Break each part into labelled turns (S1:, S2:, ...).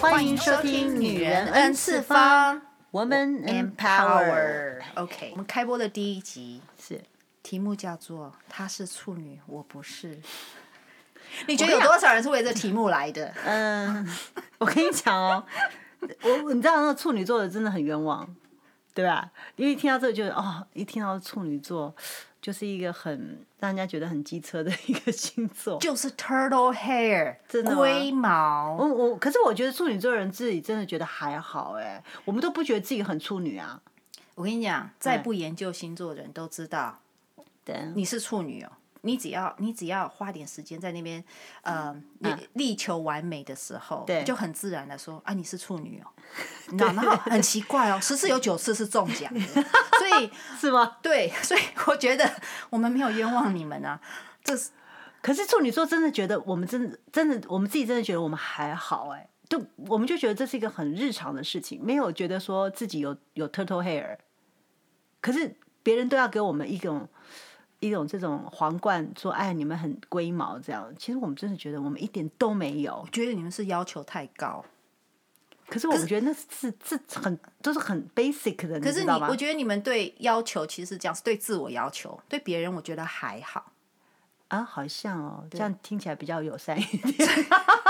S1: 欢迎收听《女人 N 次方》，Woman Empower。
S2: OK，我们开播的第一集
S1: 是
S2: 题目叫做“她是处女，我 不是”。你觉得有多少人是为这题目来的？
S1: 嗯， 我跟你讲哦，我你知道那个处女座的真的很冤枉，对吧？因为一听到这个就哦，一听到处女座就是一个很让人家觉得很机车的一个星座。
S2: 就是 turtle hair，
S1: 真的吗嗯
S2: 龟毛。
S1: 我我可是我觉得处女座人自己真的觉得还好哎、我们都不觉得自己很处女啊。
S2: 我跟你讲，
S1: 嗯
S2: 再不研究星座的人都知道，
S1: 对，
S2: 你是处女哦。你只要你只要花点时间在那边，呃，力力求完美的时候，
S1: 嗯对
S2: 就很自然的说啊，你是处 女哦，你知道，然后很奇怪哦，十次有九次是中 奖的，所以
S1: 是吗？
S2: 对，所以我觉得我们没有冤枉你们啊，这是
S1: 可是处女座真的觉得我们真的真的我们自己真的觉得我们还好哎、就我们就觉得这是一个很日常的事情，没有觉得说自己有有 turtle hair。可是别人都要给我们一种一种这种皇冠，说哎你们很龟毛这样，其实我们真的觉得我们一点都没有
S2: 我。觉得你们是要求太高。
S1: 可是我们觉得那是是是很都是很 basic 的，
S2: 可是
S1: 知
S2: 你，
S1: 道吗
S2: 我？觉得你们对要求其实是这样，是对自我要求，对别人我觉得还好。
S1: 啊，好像哦，这样听起来比较友善一点。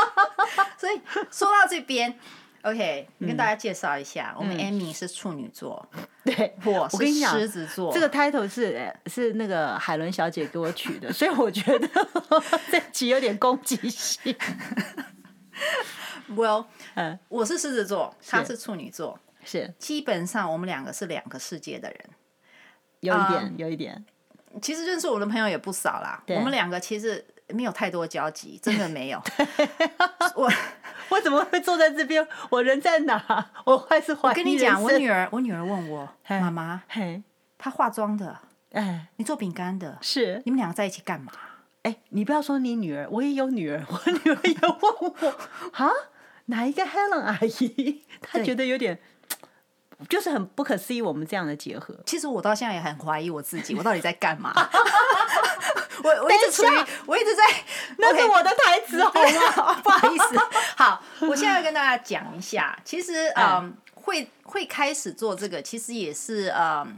S2: 所以说到这边，OK，跟
S1: 嗯
S2: 大家介绍一下，我们 Amy 是处女座，
S1: 对，
S2: 我
S1: 我跟
S2: 是
S1: 你讲，
S2: 狮子座，
S1: 这个 title 是呃是那个海伦小姐给我取的，所以我觉得 这集有点攻击性。
S2: Well，
S1: 嗯，
S2: 我是狮子座，他是处女座，
S1: 是
S2: 基本上我们两个是两个世界的人。
S1: 有一点，
S2: 啊
S1: 有一点。
S2: 其实认识我的朋友也不少啦，
S1: 对
S2: 我们两个其实没有太多交集，真的 没有。我
S1: 我怎么会坐在这边？我人在哪？我还是怀疑
S2: 跟你讲，我
S1: 女
S2: 女儿，我女儿问我妈妈，
S1: 嘿，
S2: 她化妆的，
S1: 哎，
S2: 你做饼干的，
S1: 是
S2: 你们两个在一起干嘛？
S1: 哎，你不要说你女儿，我也有女儿， 我女儿也问我啊，哪一个 Helen 阿姨？她
S2: 对
S1: 觉得有点，就是很不可思议，我们这样的结合。
S2: 其实我到现在也很怀疑我自己，我到底在干 嘛？我我一直处于，我一直在，
S1: 那是
S2: OK
S1: 我的台词
S2: 嗯
S1: 好吗？
S2: 不好意思，好，我现在要跟大家讲一下，其实嗯，会会开始做这个，其实也是嗯，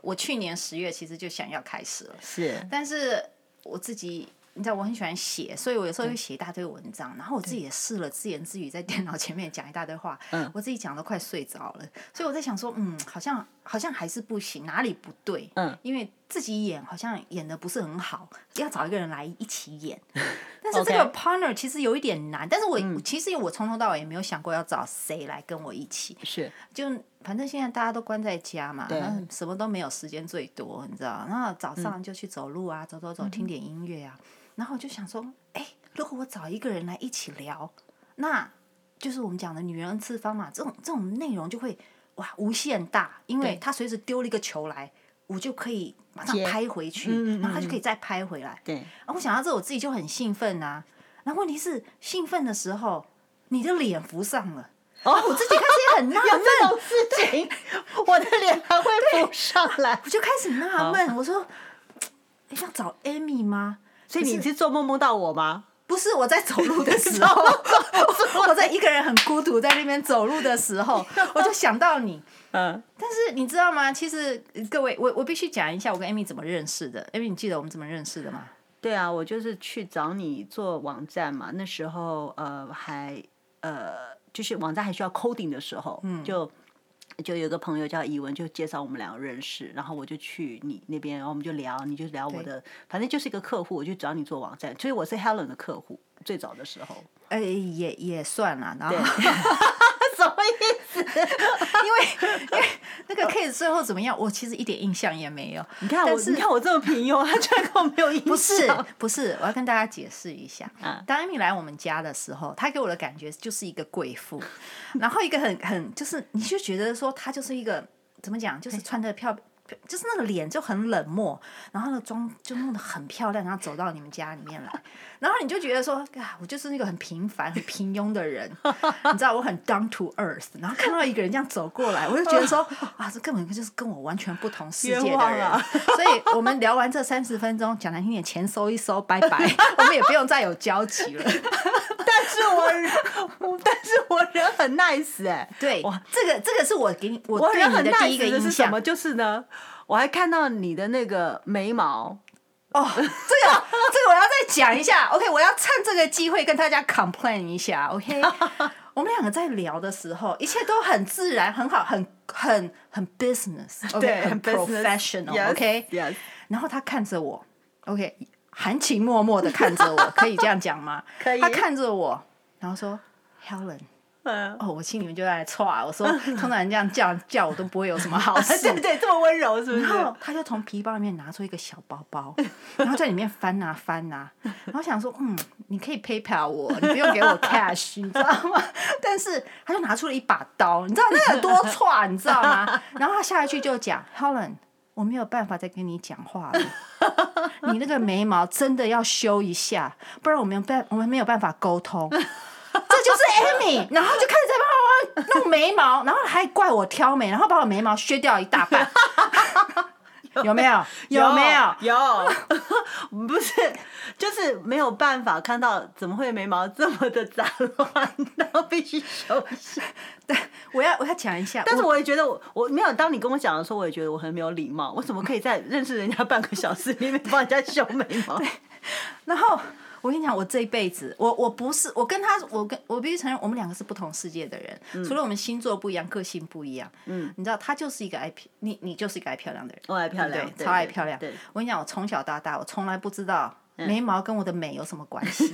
S2: 我去年十月其实就想要开始了，
S1: 是
S2: 但是我自己。你知道我很喜欢写，所以我有时候会写一大堆文章，然后我自己也试了自言自语，在电脑前面讲一大堆话，
S1: 嗯
S2: 我自己讲都快睡着了，所以我在想说，嗯，好像好像还是不行，哪里不对？
S1: 嗯，
S2: 因为自己演好像演的不是很好，要找一个人来一起演，但是这个 partner 其实有一点难，但是我、其实我从头到尾也没有想过要找谁来跟我一起，
S1: 是，
S2: 就反正现在大家都关在家嘛，
S1: 对
S2: 那什么都没有，时间最多，你知道？然后早
S1: 嗯
S2: 上就去走路啊，走走走，听点音乐啊。然后我就想说，哎、如果我找一个人来一起聊，那就是我们讲的女人次方嘛，这种这种内容就会哇无限大，因为
S1: 对
S2: 他随时丢了一个球来，我就可以马上
S1: 接
S2: 拍回去，
S1: 嗯嗯嗯
S2: 然后他就可以再拍回来。
S1: 对。
S2: 啊，我想到这，我自己就很兴奋啊。然后问题是，兴奋的时候，你的脸浮上了，
S1: 哦，
S2: 我自己 开始也很纳
S1: 有
S2: 闷，
S1: 这种事情，我的脸还会浮上来
S2: 我。就开始纳闷，我说诶要找 Amy 吗？
S1: 所以你
S2: 可
S1: 是做梦梦到我吗？
S2: 不是我在走路的 时候， 我我在一个人很孤独在那边走路的时候，我就想到你。
S1: 嗯，
S2: 但是你知道吗？其实呃各位，我我必须讲一下我跟 Amy 怎么认识的。Amy，你记得我们怎么认识的吗？
S1: 对啊，我就是去找你做网站嘛，那时候呃还呃就是网站还需要 coding 的时候，嗯，就。就有一个朋友叫怡文，就介绍我们两个认识，然后我就去你那边，然后我们就聊，你就聊我的，反正就是一个客户，我就找你做网站，所以我是 Helen 的客户，最早的时候，
S2: 哎、也也算了，
S1: 啊
S2: 然后
S1: 什么意思？
S2: 那个 case 最后怎么样？我其实一点印象也没有。
S1: 你看
S2: 但
S1: 我，
S2: 是
S1: 你看我这么平庸，他居然跟我没有印象，
S2: 不是不是，我要跟大家解释一下
S1: 啊。
S2: 当艾米来我们家的时候，她给我的感觉就是一个贵妇，然后一个很很就是，你就觉得说她就是一个怎么讲，就是穿的漂就是那个脸就很冷漠，然后呢妆就弄得很漂亮，然后走到你们家里面来，然后你就觉得说，啊，我就是那个很平凡、很平庸的人，你知道我很 down to earth，然后看到一个人这样走过来，我就觉得说，啊，这根本就是跟我完全不同世界
S1: 冤
S2: 的
S1: 枉
S2: 人。
S1: 啊
S2: 所以我们聊完这三十分钟，讲难听点，钱收一收，拜 拜，我们也不用再有交集了。
S1: 但是我人，我 但是我人很 nice 哎、
S2: 对
S1: 哇，
S2: 这个这个是我给你我对
S1: 人
S2: 你
S1: 很
S2: 的第
S1: nice
S2: 一个
S1: 的
S2: 印
S1: 是什
S2: 象
S1: 么？。就是呢，我还看到你的那个眉毛，
S2: 哦，这个 这个我要再讲一下。OK，我要趁这个机会跟大家 complain 一下。OK，我们两个在聊的时候，一切都很自然，很好，很很很 business，OK，、
S1: 对，
S2: 很 professional，OK、
S1: yes,
S2: 然后他看着我，OK，含情脉脉的看着我，可以这样讲吗？
S1: 可以
S2: 他看着我，然后说：“Helen。”
S1: 嗯
S2: 哦，我心里面就在歘， 我说通常人这样叫叫我都不会有什么好事。
S1: 啊对对，这么温柔是不是
S2: 然？后他就从皮包里面拿出一个小包包，然后在里面翻啊 翻啊，然后想说，嗯，你可以 PayPal 我，你不用给我 cash，你知道吗？ 但是他就拿出了一把刀，你知道那有多 歘，你知道吗？然后他下一句就讲，Helen，我没有办法再跟你讲话了，你那个眉毛真的要修一下，不然我们没有办我们没有办法沟通。这就是 Amy，然 后就开始在帮我弄眉毛，然后还怪我挑眉，然后把我眉毛削掉一大半， 有没有？没有？
S1: 有？ 不是，就是没有办法看到，怎么会眉毛这么的杂乱？然后 必须修一下。
S2: 对，我要我要讲一下，
S1: 但是
S2: 我
S1: 我也觉得我，我没有。当你跟我讲的时候，我也觉得我很没有礼貌。我怎么可以在认识人家半个小时里面帮人家修眉 毛？
S2: 然后我跟你讲，我这一辈子，我我不是我跟他，我跟我必须承认，我们两个是不同世界的人，
S1: 嗯
S2: 除了我们星座不一样，个性不一样，嗯，你知道他就是一个爱漂，你你就是一个爱漂亮的人，
S1: 我哦爱漂亮
S2: 对，
S1: 对
S2: 超爱
S1: 对
S2: 漂亮。
S1: 对嗯
S2: 我跟你讲，我从小到大，我从来不知道眉毛跟我的美有什么关 系。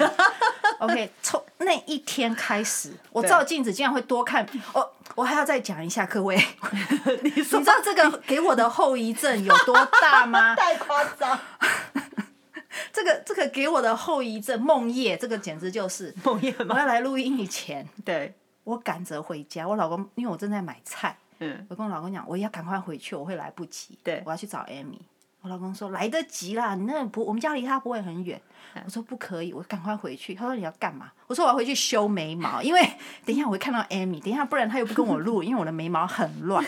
S2: OK，从那一天开始，我
S1: 对
S2: 照镜子竟然会多看。我我还要再讲一下 各位，
S1: 你
S2: 你
S1: 说
S2: 知道这个给我的后遗症有多大吗？
S1: 太夸张，
S2: 这个这个给我的后遗症，梦夜这个简直就是。
S1: 梦魇
S2: 我
S1: 吗？
S2: 要来录音以前，
S1: 对，
S2: 我赶着回家，我老公因为我正在买菜，
S1: 嗯，
S2: 我跟我老公讲，我要赶快回去，我会来不及。
S1: 对
S2: 我要去找 Amy。我老公说来得及啦，你那不，我们家离他不会很远。我说不可以，我赶快回去。他说你要干嘛？我说我要回去修眉毛，因为等一下我会看到 Amy，等一下不然他又不跟我录，因为我的眉毛很乱。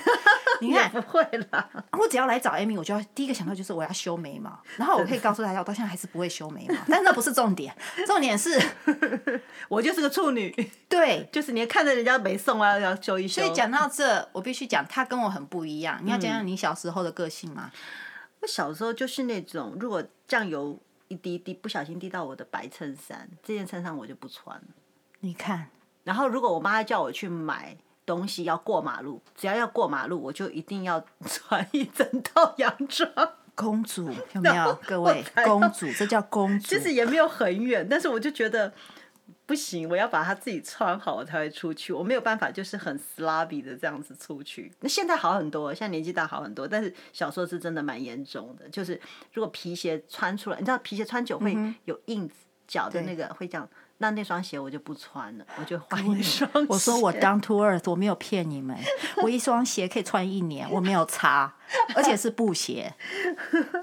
S2: 你看，
S1: 不会啦。
S2: 我只要来找 Amy，我就要第一个想到就是我要修眉毛，然后我可以告诉大家，我到现在还是不会修眉毛，但那不是重点，重点是
S1: 我就是个处女，
S2: 对
S1: 就是你看着人家没送啊，要修一修。
S2: 所以讲到这，我必须讲，他跟我很不一样。你要讲
S1: 嗯
S2: 讲你小时候的个性吗？
S1: 我小时候就是那种，如果酱油一滴一滴不小心滴到我的白衬衫，这件衬衫我就不穿了。
S2: 你看，
S1: 然后如果我妈叫我去买东西要过马路，只要要过马路，我就一定要穿一整套洋装。
S2: 公主有没有？各位
S1: 才，要
S2: 公主，这叫公主
S1: 其。实也没有很远，但是我就觉得。不行，我要把它自己穿好，我才会出去。我没有办法，就是很 slobby 的这样子出去。那现在好很多，现在年纪大好很多，但是小时候是真的蛮严重的。就是如果皮鞋穿出来，你知道皮鞋穿
S2: 嗯
S1: 久会有印子，脚的那个会这样。那那双鞋我就不穿了，我就换一双鞋。
S2: 我说 我 down to earth，我没有骗你们，我一双鞋可以穿一年，我没有擦，而且是布鞋，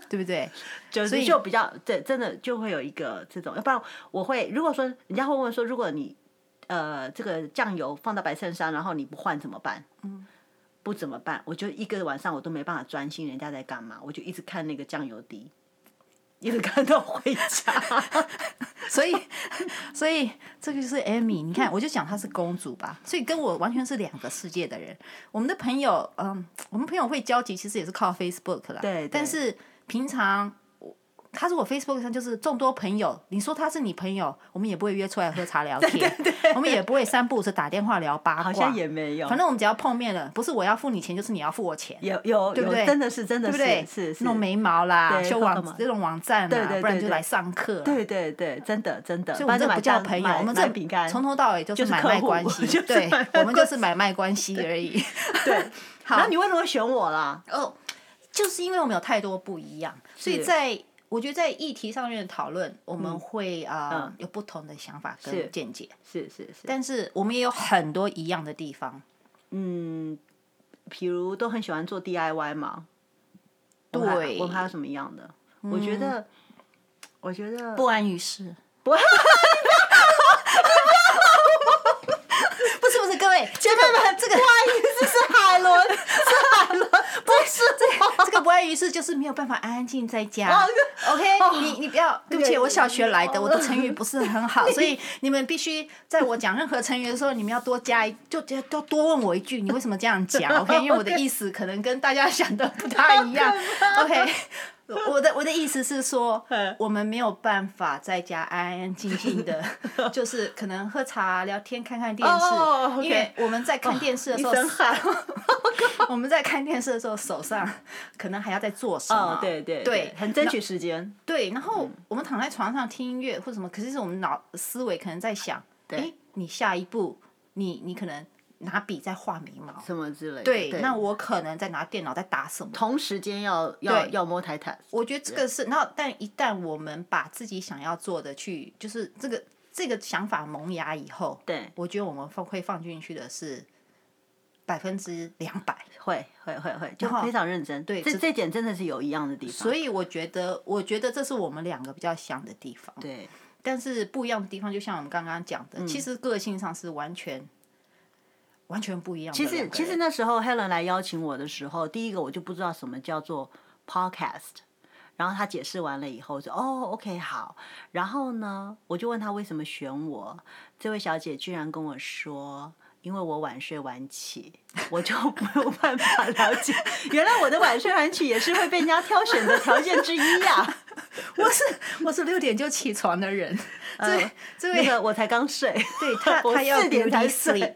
S2: 对不对？
S1: 就
S2: 所
S1: 是
S2: 以
S1: 就比较对，真的就会有一个这种，要不然我会如果说人家会问说，如果你呃这个酱油放到白衬衫，然后你不换怎么办？嗯，不怎么办？我就一个晚上我都没办法专心人家在干嘛，我就一直看那个酱油滴，一直看到回 家。
S2: 所以，所以这个就是 Amy。你看，我就讲她是公主吧，所以跟我完全是两个世界的人。我们的朋友，嗯，我们朋友会交集，其实也是靠 Facebook 啦。
S1: 对对
S2: 但是平常，我他是我 Facebook 上就是众多朋友，你说他是你朋友，我们也不会约出来喝茶聊天，我们也不会三不五时打电话聊八卦，
S1: 好像也没有
S2: 反正我们只要碰面了，不是我要付你钱，就是你要付我钱。
S1: 有有
S2: 对不对
S1: 有，真的是真的
S2: 对不对？
S1: 是是是，
S2: 弄眉毛啦，
S1: 对
S2: 修
S1: 弄干
S2: 网
S1: 嘛
S2: 这种网站
S1: 对对
S2: 啦，
S1: 对
S2: 不然就
S1: 对
S2: 来上课啦。啊
S1: 对对对，真的真的，
S2: 所以我们这
S1: 不然就
S2: 不
S1: 买
S2: 叫
S1: 蛋
S2: 朋友，
S1: 买
S2: 我们
S1: 买
S2: 这
S1: 饼干
S2: 从头到尾就是
S1: 就是
S2: 买
S1: 客
S2: 卖
S1: 户
S2: 关系
S1: 就，是
S2: 对
S1: 买卖，
S2: 我们就
S1: 关
S2: 是买卖关系而 已。
S1: 对。
S2: 好
S1: 然后你为什么会选我啦？
S2: 哦，就是因为我们有太多不一样，所以
S1: 是嗯
S2: 在我觉得在议题上面的讨论，我们会啊有不同的想法
S1: 是
S2: 跟见解，
S1: 是是是，
S2: 但是我们也有很多一样的地方。
S1: 嗯比如都很喜欢做 DIY 嘛，文海
S2: 对
S1: 文海有什么样的？我觉得，嗯我觉得
S2: 不安于世。不， 不是不是，各位，这个这个
S1: 是海伦，
S2: 不是这个这个不安于世，就是没有办法安安静在家
S1: 哦。
S2: OK，你你不要，对不起，
S1: 对
S2: 我小学来的，我的成语不是很 好，所以你们必须在我讲任何成语的时候，你们要多加一，就就多多问我一句，你为什么这样讲？OK，因为我的意思可能跟大家想的不太一样。OK，我的我的意思是说，
S1: 嗯
S2: 我们没有办法在家安安静静 的，就是可能喝茶、聊天、看看电视
S1: 哦，OK 哦
S2: 因为我们在看电视的
S1: 一
S2: 时候，
S1: 身汗。
S2: 我们在看电视的时候，手上可能还要在做什么？
S1: 哦，对对嗯
S2: 对
S1: 很争取时间。
S2: 对。然后我们躺在床上听音乐或什么，可是我们脑思维可能在想，哎，你下一步，你你可能拿笔在画眉毛，
S1: 什么之类的。
S2: 对，
S1: 对
S2: 那我可能在拿电脑在打什么？
S1: 同时间要要
S2: 对
S1: 要摸台台，
S2: 我觉得这个是，然后但一旦我们把自己想要做的去，就是这个这个想法萌芽以后，
S1: 对，
S2: 我觉得我们放会放进去的是百分之两百。
S1: 会会会会，就
S2: 然后
S1: 非常认真。
S2: 对
S1: 这
S2: 这
S1: 这点真的是有一样的地方。
S2: 所以我觉得，我觉得这是我们两个比较像的地方。
S1: 对，嗯
S2: 但是不一样的地方，就像我们刚刚讲的，其实个性上是完全完全不一样的
S1: 其
S2: 两个
S1: 实
S2: 人。
S1: 其实那时候 Helen 来邀请我的时候，第一个我就不知道什么叫做 podcast，然后他解释完了以后我就哦 OK 好，然后呢我就问他为什么选我，这位小姐居然跟我说。因为我晚睡晚起， 我就没有办法了解， 原来我的晚睡晚起也是会被人家挑选的条件之一呀、
S2: 我是我是六点就起床的人，这这
S1: 呃那
S2: 位
S1: 个我才刚睡，
S2: 对 他
S1: 我
S2: 他要
S1: 四点
S2: beauty
S1: 才
S2: sleep
S1: 睡，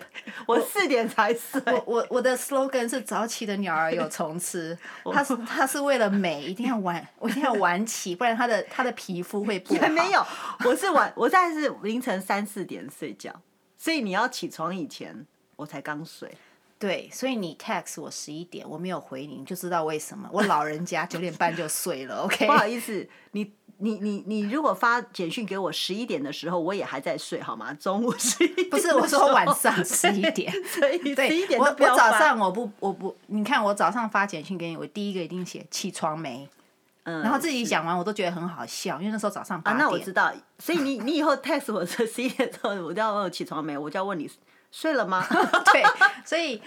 S1: 我四点才睡。
S2: 我我我的 slogan 是早起的鸟儿有 虫吃，他是他是为了美，一定要晚，我一定要晚起，不然他的他的皮肤会不好。
S1: 还没有，我是晚，我大概是凌晨三四点睡觉，所以你要起床以前，我才刚睡。
S2: 对，所以你 text 我十一点，我没有回你，你就知道为什么。我老人家九点半就睡了，OK？
S1: 不好意思，你你你你如果发简讯给我十一点的时候，我也还在睡，好吗？中午十一
S2: 不是我说晚 上十一点，
S1: 所以十一
S2: 对
S1: 点
S2: 我
S1: 都
S2: 我
S1: 不要
S2: 早
S1: 发
S2: 上我不我不，你看我早上发简讯给你，我第一个一定写起床没，
S1: 嗯
S2: 然后自己
S1: 是
S2: 讲完我都觉得很好笑，因为那时候早上八
S1: 啊，
S2: 点、
S1: 那我知道，所以你你以后 text 我这十一点之后，我就要问我起床没，我就要问你睡了 吗？
S2: 对，所以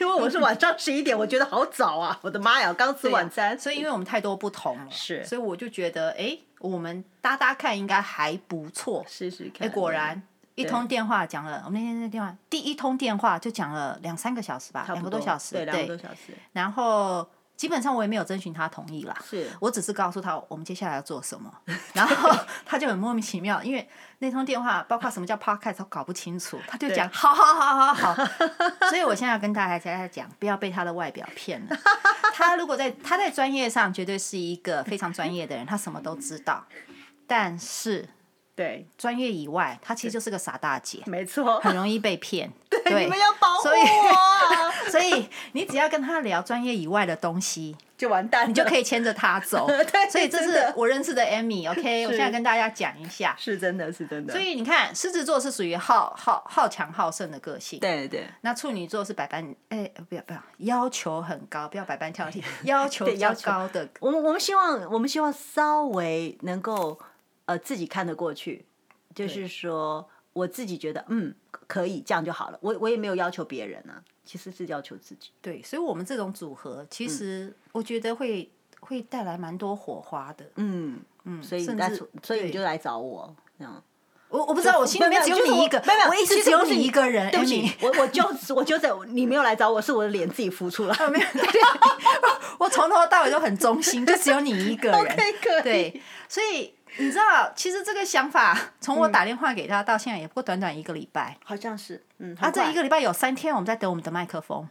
S1: 因为我是晚上十一点，我觉得好早啊！我的妈呀，我刚吃晚餐，嗯
S2: 所以因为我们太多不同了，
S1: 是
S2: 所以我就觉得，哎，我们搭搭看应该还不错。
S1: 试试看。
S2: 哎，果然一通电话讲了，我们那天那电话第一通电话就讲了两三个小时吧，
S1: 差
S2: 两
S1: 不
S2: 个多小时，
S1: 对，两个多
S2: 对。
S1: 小时，
S2: 然后基本上我也没有征询他同意啦，
S1: 是
S2: 我只是告诉他我们接下来要做什么， 然后他就很莫名其妙，因为那通电话包括什么叫 podcast 都搞不清楚，他就讲好好好好 好，所以我现在要跟大家讲，不要被他的外表骗了。 他如果在他在专业上绝对是一个非常专业的人，他什么都知道，但是
S1: 对，
S2: 专业以外，他其实就是个傻大姐，
S1: 没 错。
S2: 很容易被骗。对，
S1: 你们要保护
S2: 所以
S1: 我啊，
S2: 所以你只要跟他聊专业以外的东西，
S1: 就完蛋了，
S2: 你就可以牵着他 走
S1: 对。
S2: 所以这
S1: 真
S2: 是
S1: 的
S2: 我认识的 Amy，OK，、我现 在跟大家讲一下。
S1: 是真的是真的。
S2: 所以你看，狮子座是属于好好好强好胜的个性，
S1: 对对
S2: 那处女座是百般哎、不要不要，要求很高，不要百般挑 剔，要求比较
S1: 要求
S2: 高的。
S1: 我们我们希望我们希望稍微能够呃自己看得过去，就是说我自己觉得嗯可以这样就好了，我我也没有要求别人啊，其实是要求自己。
S2: 对，所以我们这种组合，其
S1: 嗯
S2: 实我觉得会、会带来蛮多火花的。
S1: 嗯嗯，所以
S2: 甚
S1: that's-
S2: 至
S1: 所以你
S2: 对
S1: 就来找我这样。
S2: 我我不知道，我心里面只有你一个，
S1: 没有没有
S2: 我一直只有你一个人。
S1: 对不起
S2: Amy，
S1: 我我就 我就在你没有来找我，是我的脸自己浮出来。
S2: 没有，对我从头到尾都很忠心，就只有你一 个人。
S1: OK，可以
S2: 对，所以你知道，其实这个想法从
S1: 嗯
S2: 我打电话给他到现在，也不过短短一个礼拜。
S1: 好像是，嗯，
S2: 啊，
S1: 他
S2: 这一个礼拜有三天我们在等我们的麦 克风，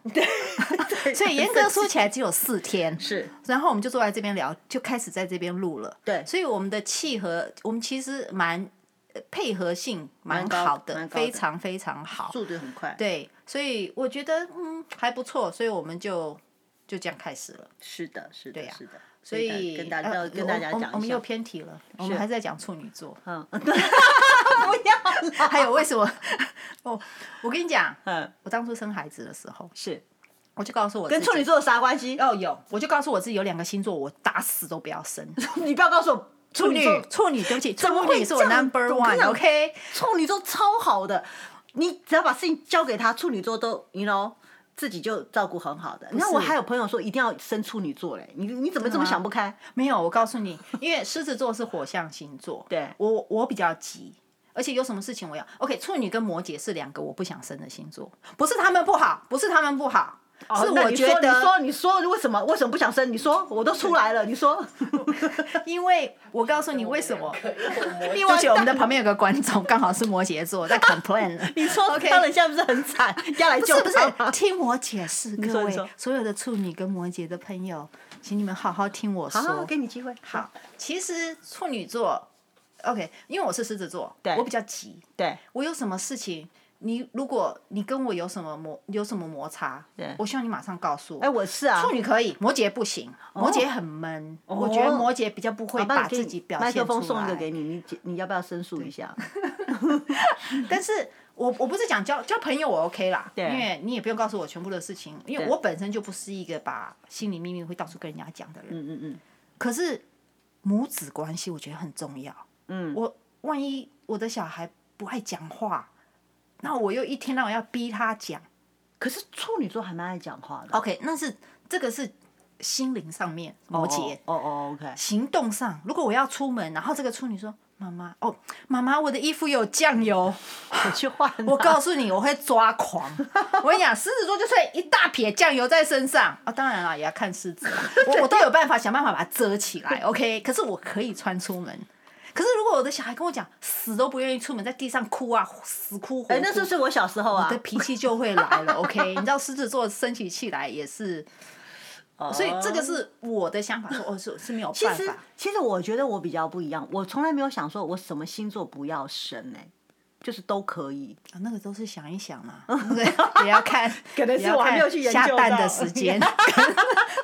S1: 个
S2: 所以严格说起来只有四天。
S1: 是
S2: 然后我们就坐在这边聊，就开始在这边录了。
S1: 对
S2: 所以我们的契合，我们其实蛮呃配合性蛮
S1: 蛮高
S2: 好的，
S1: 蛮高的
S2: 非常非常好。
S1: 速度很快，
S2: 对，所以我觉得嗯还不错，所以我们就就这样开始了。
S1: 是的，是
S2: 对
S1: 的，
S2: 呀
S1: 是的，
S2: 所以
S1: 跟大
S2: 呃
S1: 家跟大家
S2: 我我
S1: 讲
S2: 我们
S1: 一
S2: 又
S1: 下，
S2: 偏题了，我们还是在讲处女座，
S1: 嗯，不 要了，
S2: 还有为什么？哦，我跟你讲，
S1: 嗯，
S2: 我当初生孩子的时候，
S1: 是
S2: 我就告诉我
S1: 跟
S2: 自
S1: 处
S2: 己
S1: 女座有啥关系？
S2: 哦有，我就告诉我自己有两个星座我打死都不要生。
S1: 你不要告诉我处女
S2: 座处女，对不起，
S1: 怎么
S2: 处
S1: 会
S2: 女是
S1: 这
S2: 我
S1: 样
S2: number
S1: 我跟你讲
S2: one，OK？
S1: 处女座超好的，你只要把事情交给他，处女座都你 you know 自己就照顾很好的。你看我还有朋友说一定要生处女座嘞，你你怎么这么想不开？
S2: 没有，我告诉你，因为狮子座是火象星座，
S1: 对
S2: 我我比较急，而且有什么事情我要 OK。处女跟摩羯是两个我不想生的星座，不是他们不好，不是他们不好，是
S1: 哦那
S2: 我
S1: 你
S2: 觉
S1: 说你
S2: 得，
S1: 说你说为什么为什么不想生？你说我都出来了，你说
S2: 因为我告诉你为什么。
S1: 另
S2: 而
S1: 外
S2: 且我们的旁边有个观众刚好是摩羯座，在 complain 了。
S1: 你说
S2: OK
S1: 当人现在不是很惨，要来
S2: 不
S1: 救
S2: 是不
S1: 他吗
S2: 是，听我解释，
S1: 你说
S2: 各
S1: 你
S2: 位
S1: 说
S2: 所有的处女跟摩羯的朋友，请你们好好听我说。
S1: 好好好，给你机会。
S2: 好，其实处女座，OK，因为我是狮子座，
S1: 对
S2: 我比较急，
S1: 对
S2: 我有什么事情，你如果你跟我有什么摩有什么摩擦，
S1: 对
S2: 我希望你马上告诉我。哦
S1: 哎，我是啊
S2: 处，女可以，摩羯不行，摩羯很闷，我觉得摩羯比较不会
S1: 好吧
S2: 把
S1: 你可以
S2: 自己表
S1: 麦
S2: 现
S1: 克
S2: 出
S1: 风送一个
S2: 来。
S1: 给你，你你要不要申诉一下？
S2: 但是我我不是讲交交朋友我 OK 啦，因
S1: 对
S2: 为你也不用告诉我全部的事情，因为
S1: 对
S2: 我本身就不是一个把心里秘密会到处跟人家讲的人。
S1: 嗯嗯嗯，
S2: 可是母子关系我觉得很重要。嗯，我万一我的小孩不爱讲话，那我又一天到晚要逼他讲。
S1: 可是处女座还蛮爱讲话的。
S2: OK，那是这个是心灵上面摩羯，
S1: 哦哦，OK，
S2: 行动上，如果我要出门，然后这个处女说。妈妈哦，妈妈，我的衣服有酱油。
S1: 我去换啊。
S2: 我告诉你，我会抓 狂。我跟你讲，狮子座就是一大撇酱油在身上啊、当然啦，也要看狮 子啦。我我都有办法想办法把它遮起来，OK。可是我可以穿出门。可是如果我的小孩跟我讲死都不愿意出门，在地上哭啊，死哭活哭，
S1: 哎，那时候是我小时候
S2: 我
S1: 啊
S2: 的，脾气就会来 了。OK，你知道狮子座生起气来也是，呃所以这个是我的想法，说哦是是没有
S1: 其
S2: 办
S1: 实
S2: 法。
S1: 其实我觉得我比较不一样，我从来没有想说我什么星座不要生呢、就是都可以。
S2: 啊，那个都是想一想 嘛，对不对？也要看，
S1: 可能是
S2: 也要
S1: 我还
S2: 看
S1: 没有去研
S2: 下
S1: 究
S2: 蛋
S1: 到
S2: 的时间， 跟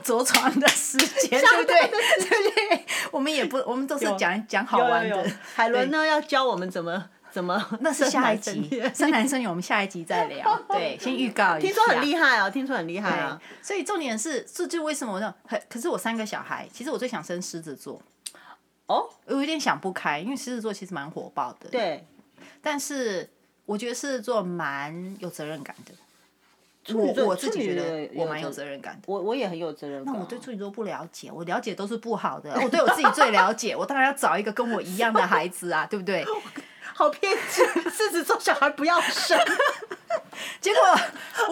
S2: 着床的时间，对不对？对不对？我们也不，我们都是
S1: 有
S2: 讲讲好玩的。
S1: 海伦呢要教我们怎么怎么
S2: 那是下一
S1: 生男
S2: 集
S1: 生，
S2: 生男生女，我们下一集再 聊。对，先预告一下。
S1: 听说很厉害啊，听说很厉害啊。
S2: 对，所以重点是，这就为什么我那很，可是我三个小孩，其实我最想生狮子座，
S1: 哦，
S2: 我有点想不开，因为狮子座其实蛮火爆的，，
S1: 对，
S2: 但是我觉得狮子座蛮有责任感的。
S1: 处
S2: 我
S1: 女座
S2: 我自己觉
S1: 处女
S2: 得
S1: 座
S2: 我蛮有责任感的。
S1: 我我也很有责任感啊。
S2: 那我对处女座不了解，我了解都是不好的。我对我自己最了解，我当然要找一个跟我一样的孩子啊，对不对？
S1: 好偏激， 狮子座小孩不要 生。
S2: 结果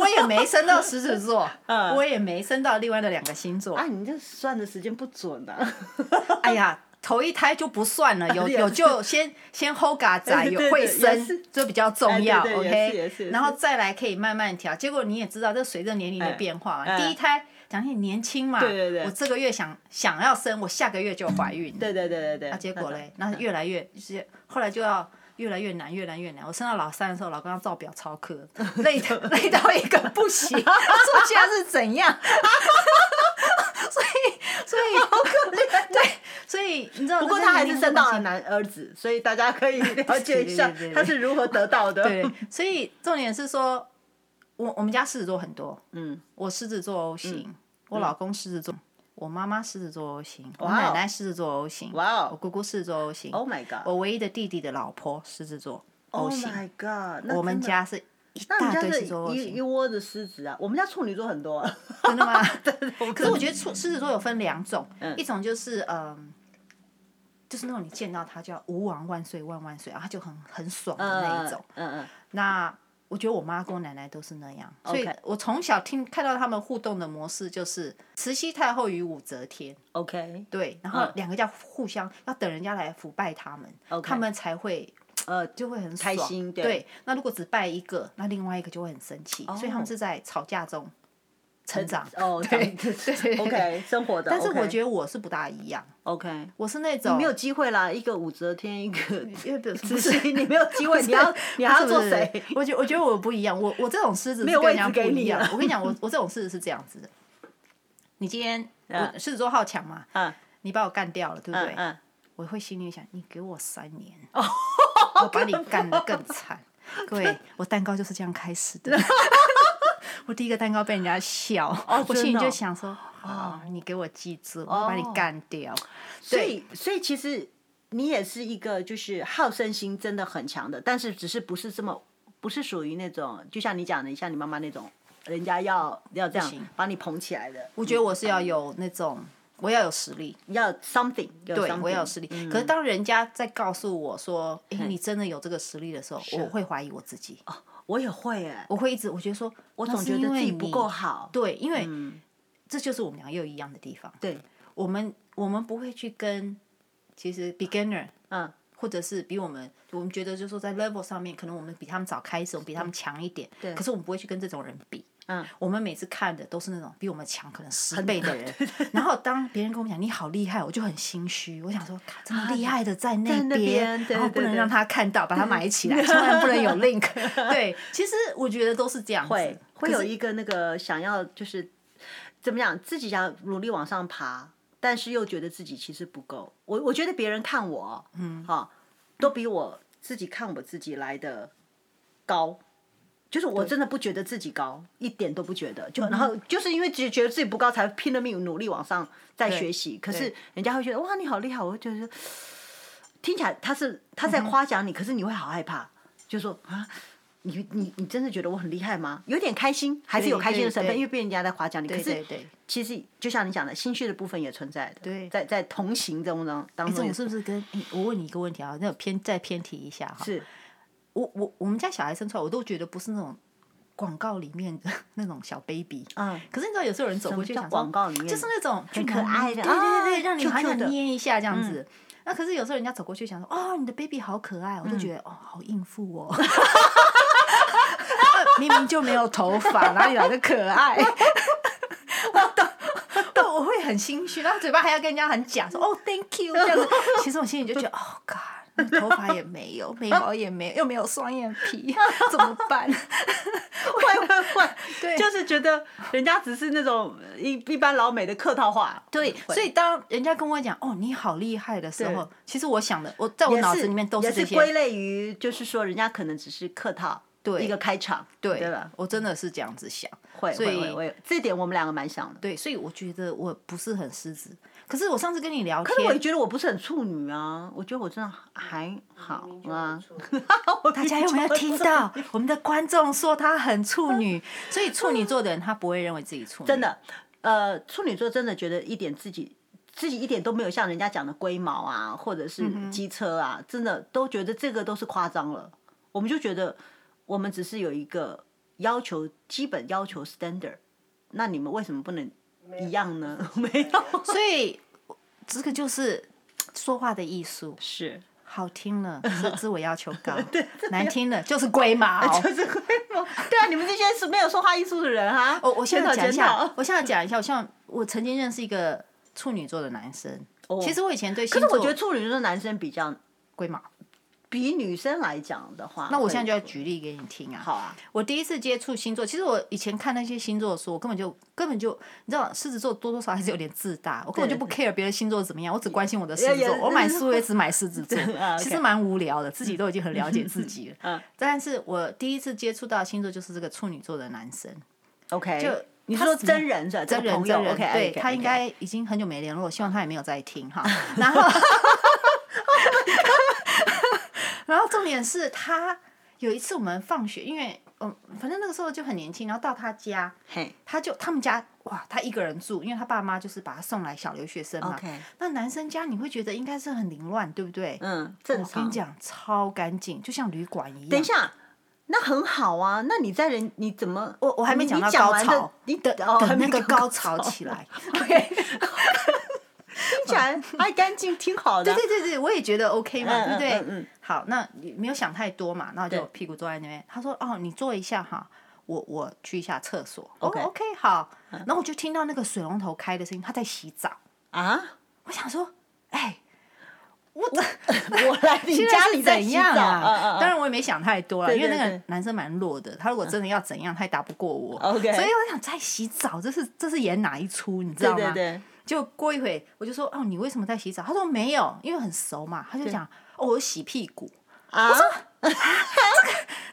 S2: 我也没升到狮子座，我也没升到另外的两个星座
S1: 嗯啊，。你这算的时间不准啊。
S2: 哎呀，头一胎就不算了，有
S1: 也是哎
S2: 有就先先 hold 嘎仔，
S1: 对
S2: 有
S1: 对
S2: 会
S1: 也是
S2: 生就比较重要
S1: 哎对对也是也是
S2: ，OK
S1: 也。是
S2: 然后再来可以慢慢调，结果你也知道，这随着年龄的
S1: 哎
S2: 变化嘛，
S1: 哎
S2: 第一胎讲你年轻嘛，
S1: 对对对
S2: 我这个月想想要生，我下个月就 怀孕，
S1: 对对对对对。
S2: 啊，结果嘞，
S1: 嗯
S2: 那越来越是后来就要越来越难，越来越难。我升到老三的时候，老公要照表操课，累 到累到一个不行，他说现在是怎样？ 所以所以好可怜，对，所以你知道，
S1: 不过
S2: 那
S1: 他
S2: 个
S1: 还
S2: 年
S1: 是
S2: 龄
S1: 生到
S2: 的
S1: 了
S2: 关系。
S1: 男儿子，所以大家可以 了解一下
S2: 对对对对
S1: 他是如何得到的。
S2: 对，所以重点是说，我我们家狮子座很多，
S1: 嗯，
S2: 我狮子座 O 型，我老公狮子座。我妈妈狮子座 O 型，我
S1: 哇哦
S2: 奶奶狮子座 O 型，
S1: 哇哦
S2: 我姑姑狮子座 O 型
S1: Oh my god
S2: 我唯一的弟弟的老婆狮子座 O 型，
S1: Oh my god！那
S2: 我们
S1: 真的
S2: 家哦是一
S1: 那你
S2: 大
S1: 家
S2: 堆狮
S1: 是
S2: 子座 O
S1: 一一
S2: 型，
S1: 窝的狮子啊，我们家处女座很多、啊。
S2: 真的吗？ 可是我觉得处狮子座有分两种，一种就是嗯、就是那种你见到他就要吾王万岁万万岁啊，他就很很爽的 那一种。
S1: 嗯嗯，
S2: 那我觉得我妈跟我奶奶都是那样，所以
S1: OK
S2: 我从小听看到他们互动的模式就是慈禧太后与武则天，
S1: OK，
S2: 对，然后两个叫互相要等人家来腐败他们
S1: 嗯 OK
S2: 他们才会
S1: 呃，
S2: 就会很
S1: 开
S2: 爽
S1: 心
S2: 对
S1: 对
S2: 那如果只拜一个，那另外一个就会很生气所以他们是在吵架中成长。
S1: 哦，
S2: 对
S1: 对
S2: 对对
S1: OK，生活的。
S2: 但是我
S1: OK
S2: 觉得我是不大一样，
S1: OK，
S2: 我是那种
S1: 没有机会啦，一个武则天， 一个
S2: 因为不是
S1: 慈禧，你没有机会，你 要你还要做谁？？
S2: 不是不是我觉我觉得我不一样，我我这种狮子
S1: 没
S2: 是
S1: 有
S2: 跟
S1: 位
S2: 人家
S1: 置给
S2: 不一
S1: 你啊
S2: 样
S1: 了。
S2: 我跟你讲，我我这种狮子是这样子的。你今天我
S1: 嗯
S2: 狮子座好强嘛，
S1: 嗯
S2: 你把我干掉了，对不
S1: 嗯
S2: 对？
S1: 嗯，
S2: 我会心里想，你给我三年， 我把你干得更惨。各位，我蛋糕就是这样开始的。我第一个蛋糕被人家笑，
S1: 哦
S2: 我
S1: 真
S2: 心里
S1: 的
S2: 就
S1: 哦
S2: 想说，啊、你给我记住，我把你
S1: 哦
S2: 干掉。
S1: 所以，所以其实你也是一个就是好胜心真的很强的，但是只是不是这么不是属于那种，就像你讲的，像你妈妈那种，人家要要这样
S2: 行
S1: 把你捧起来的。
S2: 我觉得我是要有那种，我要有实力，
S1: 要 something，对嗯
S2: 对我要有实嗯力。可是当人家在告诉我说，哎、你真的有这个实力的时候，我会怀疑我自己，
S1: 哦我也会哎、
S2: 我会一直我觉得说，
S1: 我
S2: 我
S1: 总觉得自己不够。好。嗯
S2: 对，因为这就是我们俩又一样的地方。
S1: 对，
S2: 我们我们不会去跟其实 beginner
S1: 嗯，
S2: 或者是比我们，我们觉得就是说在 level 上面，可能我们比他们早开始，我们比他们强一点。对。可是我们不会去跟这种人比。
S1: 嗯。
S2: 我们每次看的都是那种比我们强可能十倍的人，然后当别人跟我们讲你好厉害，我就很心虚，我想说，看这么厉害的在那
S1: 啊在那边对
S2: 然后不
S1: 对
S2: 能
S1: 对
S2: 让他看到，把它埋起来，千万不 能有 link。对，其实我觉得都是这样子，
S1: 会会
S2: 可
S1: 有
S2: 是
S1: 一个那个想要就是怎么讲，自己想努力往上爬，但是又觉得自己其实不够。我我觉得别人看我，嗯，哈、都比我自己看我自己来的高。就是我真的不觉得自己高，一点都不觉得。
S2: 嗯
S1: 就然后就是因为只觉得自己不高，才拼了命努力往上在学习。可是人家会觉得哇，你好厉害！我会觉得 听起来他是他
S2: 嗯
S1: 在夸奖你，可是你会好害怕，就说啊，你你你真的觉得我很厉害吗？有点开心，还是有开心的成
S2: 对
S1: 分，
S2: 对
S1: 因为被人家在夸奖你。可
S2: 对对
S1: 是
S2: 对，
S1: 其实就像你讲的，心虚的部分也存在的。
S2: 对
S1: 在在同行当中当
S2: 哎这
S1: 中也
S2: 种是不是跟、诶我问你一个问题啊？那种偏再偏题一下哈，
S1: 是
S2: 我我我们家小孩生出来，我都觉得不是那种广告里面的那种小 baby。
S1: 嗯，
S2: 可是你知道，有时候有人走过去
S1: 什么叫
S2: 想说
S1: 广告里面的
S2: 就是那种
S1: 很可爱的
S2: 对对对，
S1: 啊
S2: 让你
S1: Q Q
S2: 还想
S1: 的嗯
S2: 捏一下这样子。那可是有时候人家走过去想说，哦，你的 baby 好可爱，
S1: 嗯
S2: 我就觉得、哦，好应付哦。 明明就没有头发，哪里来的可 爱？ 对，我会很心虚，然后嘴巴还要跟人家很假，说哦，thank you 这样子。其实我心里就觉得，哦，God，那头发也没有，眉毛也没有，又没有双眼皮， 怎么办？
S1: 会会会，
S2: 对
S1: 就是觉得人家只是那种一一般老美的客套话。
S2: 对，所以当人家跟我讲哦，你好厉害的时候
S1: 对，
S2: 其实我想的，我在我
S1: 也
S2: 脑子里面都
S1: 也
S2: 这
S1: 是
S2: 些。
S1: 归类于，就是说人家可能只是客套，
S2: 对
S1: 一个开场，
S2: 对
S1: 对吧？
S2: 我真的是这样子想。
S1: 会
S2: 所
S1: 会
S2: 以
S1: 会会，这点我们两个蛮像的。
S2: 对，所以我觉得我不是很狮子。可是我上次跟你聊
S1: 可是我也
S2: 天，
S1: 觉得我不是很处女啊，我觉得我真的还好啊。
S2: 大家有没有听到？我们的观众说她很处女，所以处女座的人他不会认为自己处女。
S1: 真的，呃，处女座真的觉得一点自己自己一点都没有像人家讲的龟毛啊，或者
S2: 嗯
S1: 是机车啊，真的都觉得这个都是夸张了。我们就觉得我们只是有一个要求，基本要求 standard，那你们为什么不能一样 呢？没有，
S2: 所以这个就是说话的艺术，
S1: 是
S2: 好 听了是自我要求高，难听了就是龟毛。
S1: 就是龟毛。 对啊，你们这些是没有说话艺术的人啊。
S2: 哦我我现在
S1: 检讨
S2: 讲一
S1: 检讨
S2: 下，我现在讲一下，我像我曾经认识一个处女座的男生，其实我以前对
S1: 哦可
S2: 星
S1: 是
S2: 座
S1: 我觉得处女座男生比较，
S2: 龟毛。
S1: 比女生来讲的话，
S2: 那我现在就要
S1: 会
S2: 举例给你听啊。
S1: 好啊，
S2: 我第一次接触星座，其实我以前看那些星座的书，我根本就根本就，你知道，狮子座多多少少还是有点自大，我根本就不 care 别人星座怎么样，我只关心我的狮子
S1: 也
S2: 座。
S1: 也
S2: 我买书也只买狮子 座
S1: 啊，，OK
S2: 其实蛮无聊的，自己都已经很了解自己了。
S1: 嗯
S2: 但是我第一次接触到星座就是这个处女座的男生，
S1: ，OK，
S2: 就
S1: 你
S2: 他
S1: 说
S2: 怎么
S1: 真人是吧？这
S2: 真
S1: 个
S2: 人
S1: 朋友
S2: 真人
S1: OK，哎
S2: 对
S1: OK，
S2: 他
S1: OK
S2: 应该已经很久没联络，希望他也没有在 听哈。然后，然后重点是他有一次我们放学，因为嗯，反正那个时候就很年轻，然后到他家，
S1: 嘿
S2: 他就他们家哇，他一个人住，因为他爸妈就是把他送来小留学生嘛。
S1: ，OK，
S2: 那男生家你会觉得应该是很凌乱，对不对？
S1: 嗯，正
S2: 我跟
S1: 常
S2: 你。讲，超干净，就像旅馆一样。
S1: 等一下，那很好啊，那你在人你怎么？
S2: 我我还没
S1: 你
S2: 讲到
S1: 你讲
S2: 高
S1: 完
S2: 潮
S1: 的，你等哦，还
S2: 等
S1: 没
S2: 那个
S1: 讲
S2: 高潮起 来。OK，
S1: 听起来还干净，挺好的
S2: 对。对对对，我也觉得 OK 嘛，
S1: 啊嗯
S2: 对不
S1: 嗯
S2: 对？
S1: 嗯嗯
S2: 好，那你没有想太多嘛，然后就
S1: 对
S2: 屁股坐在那边。他说：“哦，你坐一下哈，我我去一下厕所。
S1: OK 嗯
S2: 哦，OK，好。然后我就听到那个水龙头开的声音，他在洗澡。
S1: 啊，
S2: 我想说，哎，我 怎
S1: 我来你
S2: 现在
S1: 家
S2: 是
S1: 里在
S2: 怎
S1: 洗
S2: 样
S1: 澡
S2: 啊？
S1: 嗯嗯嗯
S2: 当然我也没想太多了，
S1: 对
S2: 因为那
S1: 对
S2: 个
S1: 对
S2: 男生蛮弱的，他如果真的要怎样，他也打不过我。
S1: OK
S2: 所以我想在洗澡，这是这是演哪一出，你知道
S1: 对
S2: 吗？
S1: 对对，
S2: 就过一会，我就说：“哦，你为什么在洗澡？”他说：“没有，因为很熟嘛。”他就讲：“哦，我洗屁股。
S1: 啊，”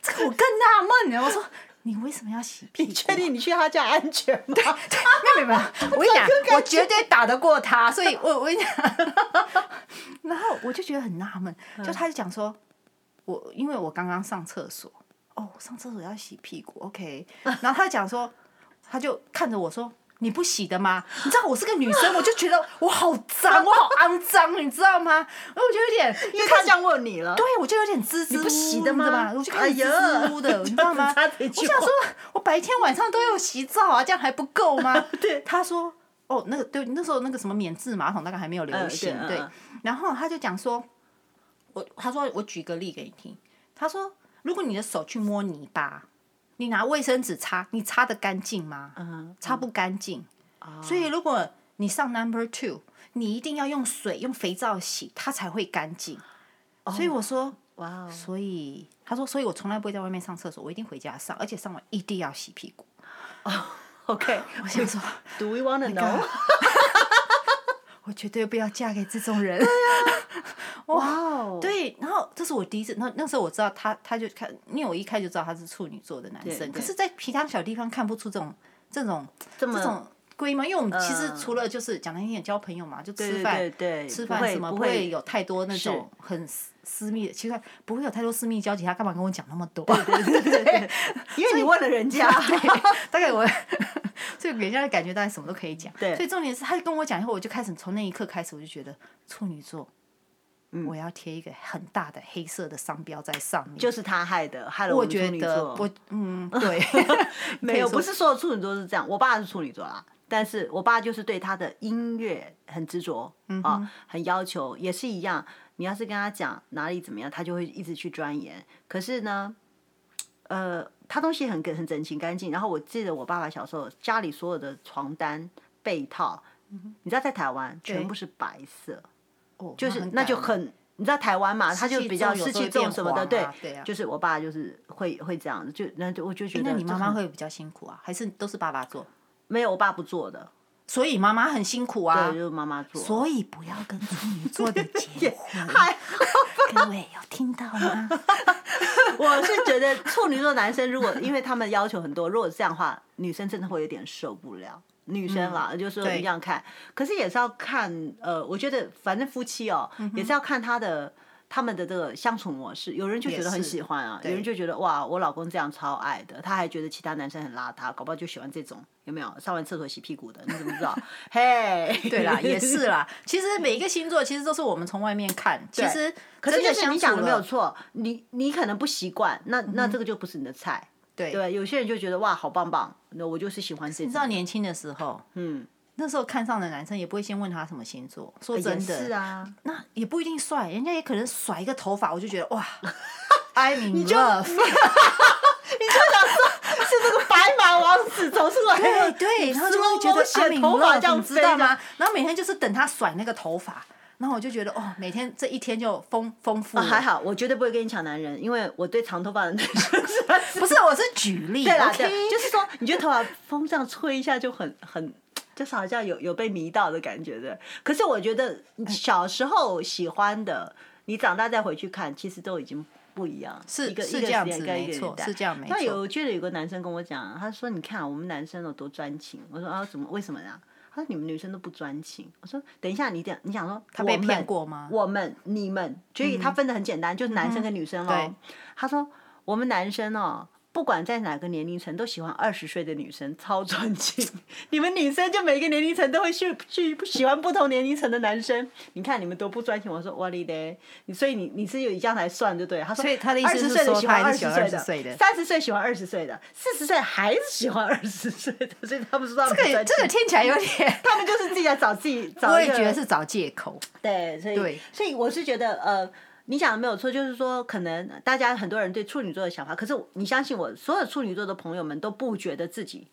S2: 这个我更纳闷了，我说：“你为什么要洗 屁股？
S1: 你确定你去他家安全吗？
S2: 没有没有，没有我跟你讲，我绝对打得过他，所以我我跟你讲， 然后我就觉得很纳闷，就他就讲说，我因为我刚刚上厕所，哦，上厕所要洗屁股，OK，然后 他就讲说，他就看着我说。你不洗的吗？你知道我是个女生，我就觉得我好脏，我好肮脏，你知道吗？然后我就有点，
S1: 因为他这样问你了。
S2: 对，我就有点支支
S1: 你不洗
S2: 吾吾
S1: 的吗
S2: 嘛我就
S1: 哎
S2: 开始支
S1: 呀
S2: 支吾吾 的，你知道吗？
S1: 就只差这
S2: 我
S1: 句
S2: 想
S1: 话
S2: 说，我白天晚上都有洗澡啊，这样还不够 吗？对，他说，哦，那个对，那时候那个什么免治马桶大概还没有流
S1: 嗯
S2: 行，
S1: 对嗯
S2: 对
S1: 嗯。
S2: 然后他就讲说，我他说我举个例给你听，他说如果你的手去摸泥巴，你拿卫生纸擦，你擦的干净吗？
S1: 嗯，
S2: 擦不干净。所以如果你上 number two，你一定要用水用肥皂洗，它才会干净。所以我说，
S1: 哇哦，
S2: 所以他说，所以我从来不会在外面上厕所，我一定回家上，而且上完一定要洗屁股。
S1: OK，Oh
S2: 我想说，
S1: Do we wanna know？
S2: 我绝对不要嫁给这种人。
S1: 啊哇哦，
S2: 对，然后这是我第一次，那那时候我知道他，他就看，因为我一看就知道他是处女座的男
S1: 对
S2: 生，可
S1: 对
S2: 是，在平常小地方看不出这种这种
S1: 这
S2: 这
S1: 么
S2: 种规模，因为我们其实
S1: 嗯
S2: 除了就是讲难听点交朋友嘛，就
S1: 对
S2: 吃
S1: 对
S2: 饭
S1: 对对，
S2: 吃
S1: 不
S2: 饭
S1: 会
S2: 什么
S1: 不
S2: 不会有太多那种很私私密的，其实不会有太多私密交集，他干嘛跟我讲那么多？
S1: 因为你问了人家，
S2: 大概我，所以给人家的感觉大概什么都可以讲。
S1: 对
S2: 所以重点是，他跟我讲以后，我就开始从那一刻开始，我就觉得处女座，
S1: 嗯
S2: 我要贴一个很大的黑色的商标在上面。
S1: 就是他害的，害了
S2: 我
S1: 们处
S2: 觉
S1: 女
S2: 得
S1: 座。
S2: 我嗯对，
S1: 没有，
S2: 可以说
S1: 不是所有处女座是这样。我爸是处女座啦，但是我爸就是对他的音乐很执着、
S2: 嗯
S1: 啊，很要求，也是一样。你要是跟他讲哪里怎么样，他就会一直去钻研。可是呢，呃，他东西很很整齐干净。然后我记得我爸爸小时候家里所有的床单被套，
S2: 嗯
S1: 你知道在台湾全部是白色，
S2: 哦
S1: 就是
S2: 很
S1: 那就
S2: 感
S1: 很。你知道台湾嘛，他就
S2: 气
S1: 比较
S2: 重有
S1: 湿
S2: 时候
S1: 气
S2: 会变
S1: 重什么的，
S2: 黄
S1: 对
S2: 啊，对啊
S1: 就是我爸就是会会这样子，就那就我就觉得
S2: 人。那你
S1: 这
S2: 妈妈
S1: 很
S2: 会比较辛苦啊，还是都是爸爸做？
S1: 没有，我爸不做的，
S2: 所以妈妈很辛苦啊
S1: 对，就。是妈妈做。哎
S2: 所以不要跟处女座的结 婚，
S1: 嗨，
S2: 各位有听到吗？
S1: 我是觉得处女座男生如果因为他们要求很多，如果是这样的话，女生真的会有点受不了。女生啦，就是说
S2: 嗯对
S1: 一样看，可是也是要看呃，我觉得反正夫妻哦，
S2: 嗯
S1: 也是要看他的他们的这个相处模式。有人就觉得很
S2: 也是
S1: 喜欢啊，有人就觉得哇，我老公这样超爱的，他还觉得其他男生很邋遢，搞不好就喜欢这种有没有？上完厕所洗屁股的，你怎么知道？ 嘿，
S2: 对 啦，也是啦。其实每一个星座其实都是我们从外面看，其实
S1: 可是
S2: 真的
S1: 就是
S2: 相
S1: 你
S2: 处
S1: 讲的没有
S2: 了，嗯
S1: 错，你你可能不习惯，那那这个就不是你的菜。
S2: 对
S1: 对，有些人就觉得哇，好棒棒，那我就是喜欢这
S2: 你知道
S1: 种。
S2: 年轻的时候，
S1: 嗯，
S2: 那时候看上的男生也不会先问他什么星座，说真
S1: 也
S2: 的，
S1: 是啊，
S2: 那也不一定帅，人家也可能甩一个头发，我就觉得 哇，I m in
S1: 就
S2: love，
S1: 是那个白马王子走出来，
S2: 对对，然后就会觉得啊
S1: slow
S2: I'm in
S1: motion，头发这
S2: love，
S1: 样
S2: 你
S1: 飞
S2: 知道
S1: 这样
S2: 吗？然后每天就是等他甩那个头发，然后我就觉得哦，每天这一天就丰丰富
S1: 啊，还
S2: 了。
S1: 好，我绝对不会跟你抢男人，因为我对长头发的男生 实在是
S2: 不是，我是举 例
S1: 对啦，
S2: ，OK，
S1: 对，就是说，你觉得头发风这样吹一下就很很，就是好像有有被迷到的感觉的。可是我觉得小时候喜欢的，你长大再回去看，其实都已经不一样，
S2: 是
S1: 一个
S2: 是
S1: 一个
S2: 这样
S1: 时代
S2: 子
S1: 跟一
S2: 没
S1: 个
S2: 错
S1: 年代
S2: 是这样没
S1: 那
S2: 错
S1: 有我记得有个男生跟我讲，他说：“你看我们男生有多专情。”我说：“啊，怎么为什么呀？”他说：“你们女生都不专情。”我说：“等一下，你讲你想说他
S2: 被骗过吗嗯
S1: 我们、你们，所以他分的很简单，就是男生跟女生哦喽。
S2: 对
S1: 他说我们男生哦，不管在哪个年龄层都喜欢二十岁的女生，超专情。 你们女生就每个年龄层都会去去喜欢不同年龄层的男生。你看你们多不专情。我说我哩嘞，你所以你你是有这样来算对不对？他说，
S2: 所以他的意思是
S1: 20岁的
S2: 说
S1: 喜欢
S2: 他还
S1: 二
S2: 是喜
S1: 十
S2: 欢
S1: 岁的，
S2: 20岁的
S1: 三十岁喜欢二十岁的，四十岁还是喜欢二十岁的，所以他们说他们
S2: 这
S1: 不
S2: 个
S1: 专情
S2: 这个听起来 有点，
S1: 他们就是自己来找自己找
S2: 我
S1: 一
S2: 也
S1: 个
S2: 觉得是找借口。
S1: 对，所以
S2: 对
S1: 所以我是觉得呃。你讲的没有错，就是说，可能大家很多人对处女座的想法，可是我你相信我，所有处女座的朋友们都不觉得自己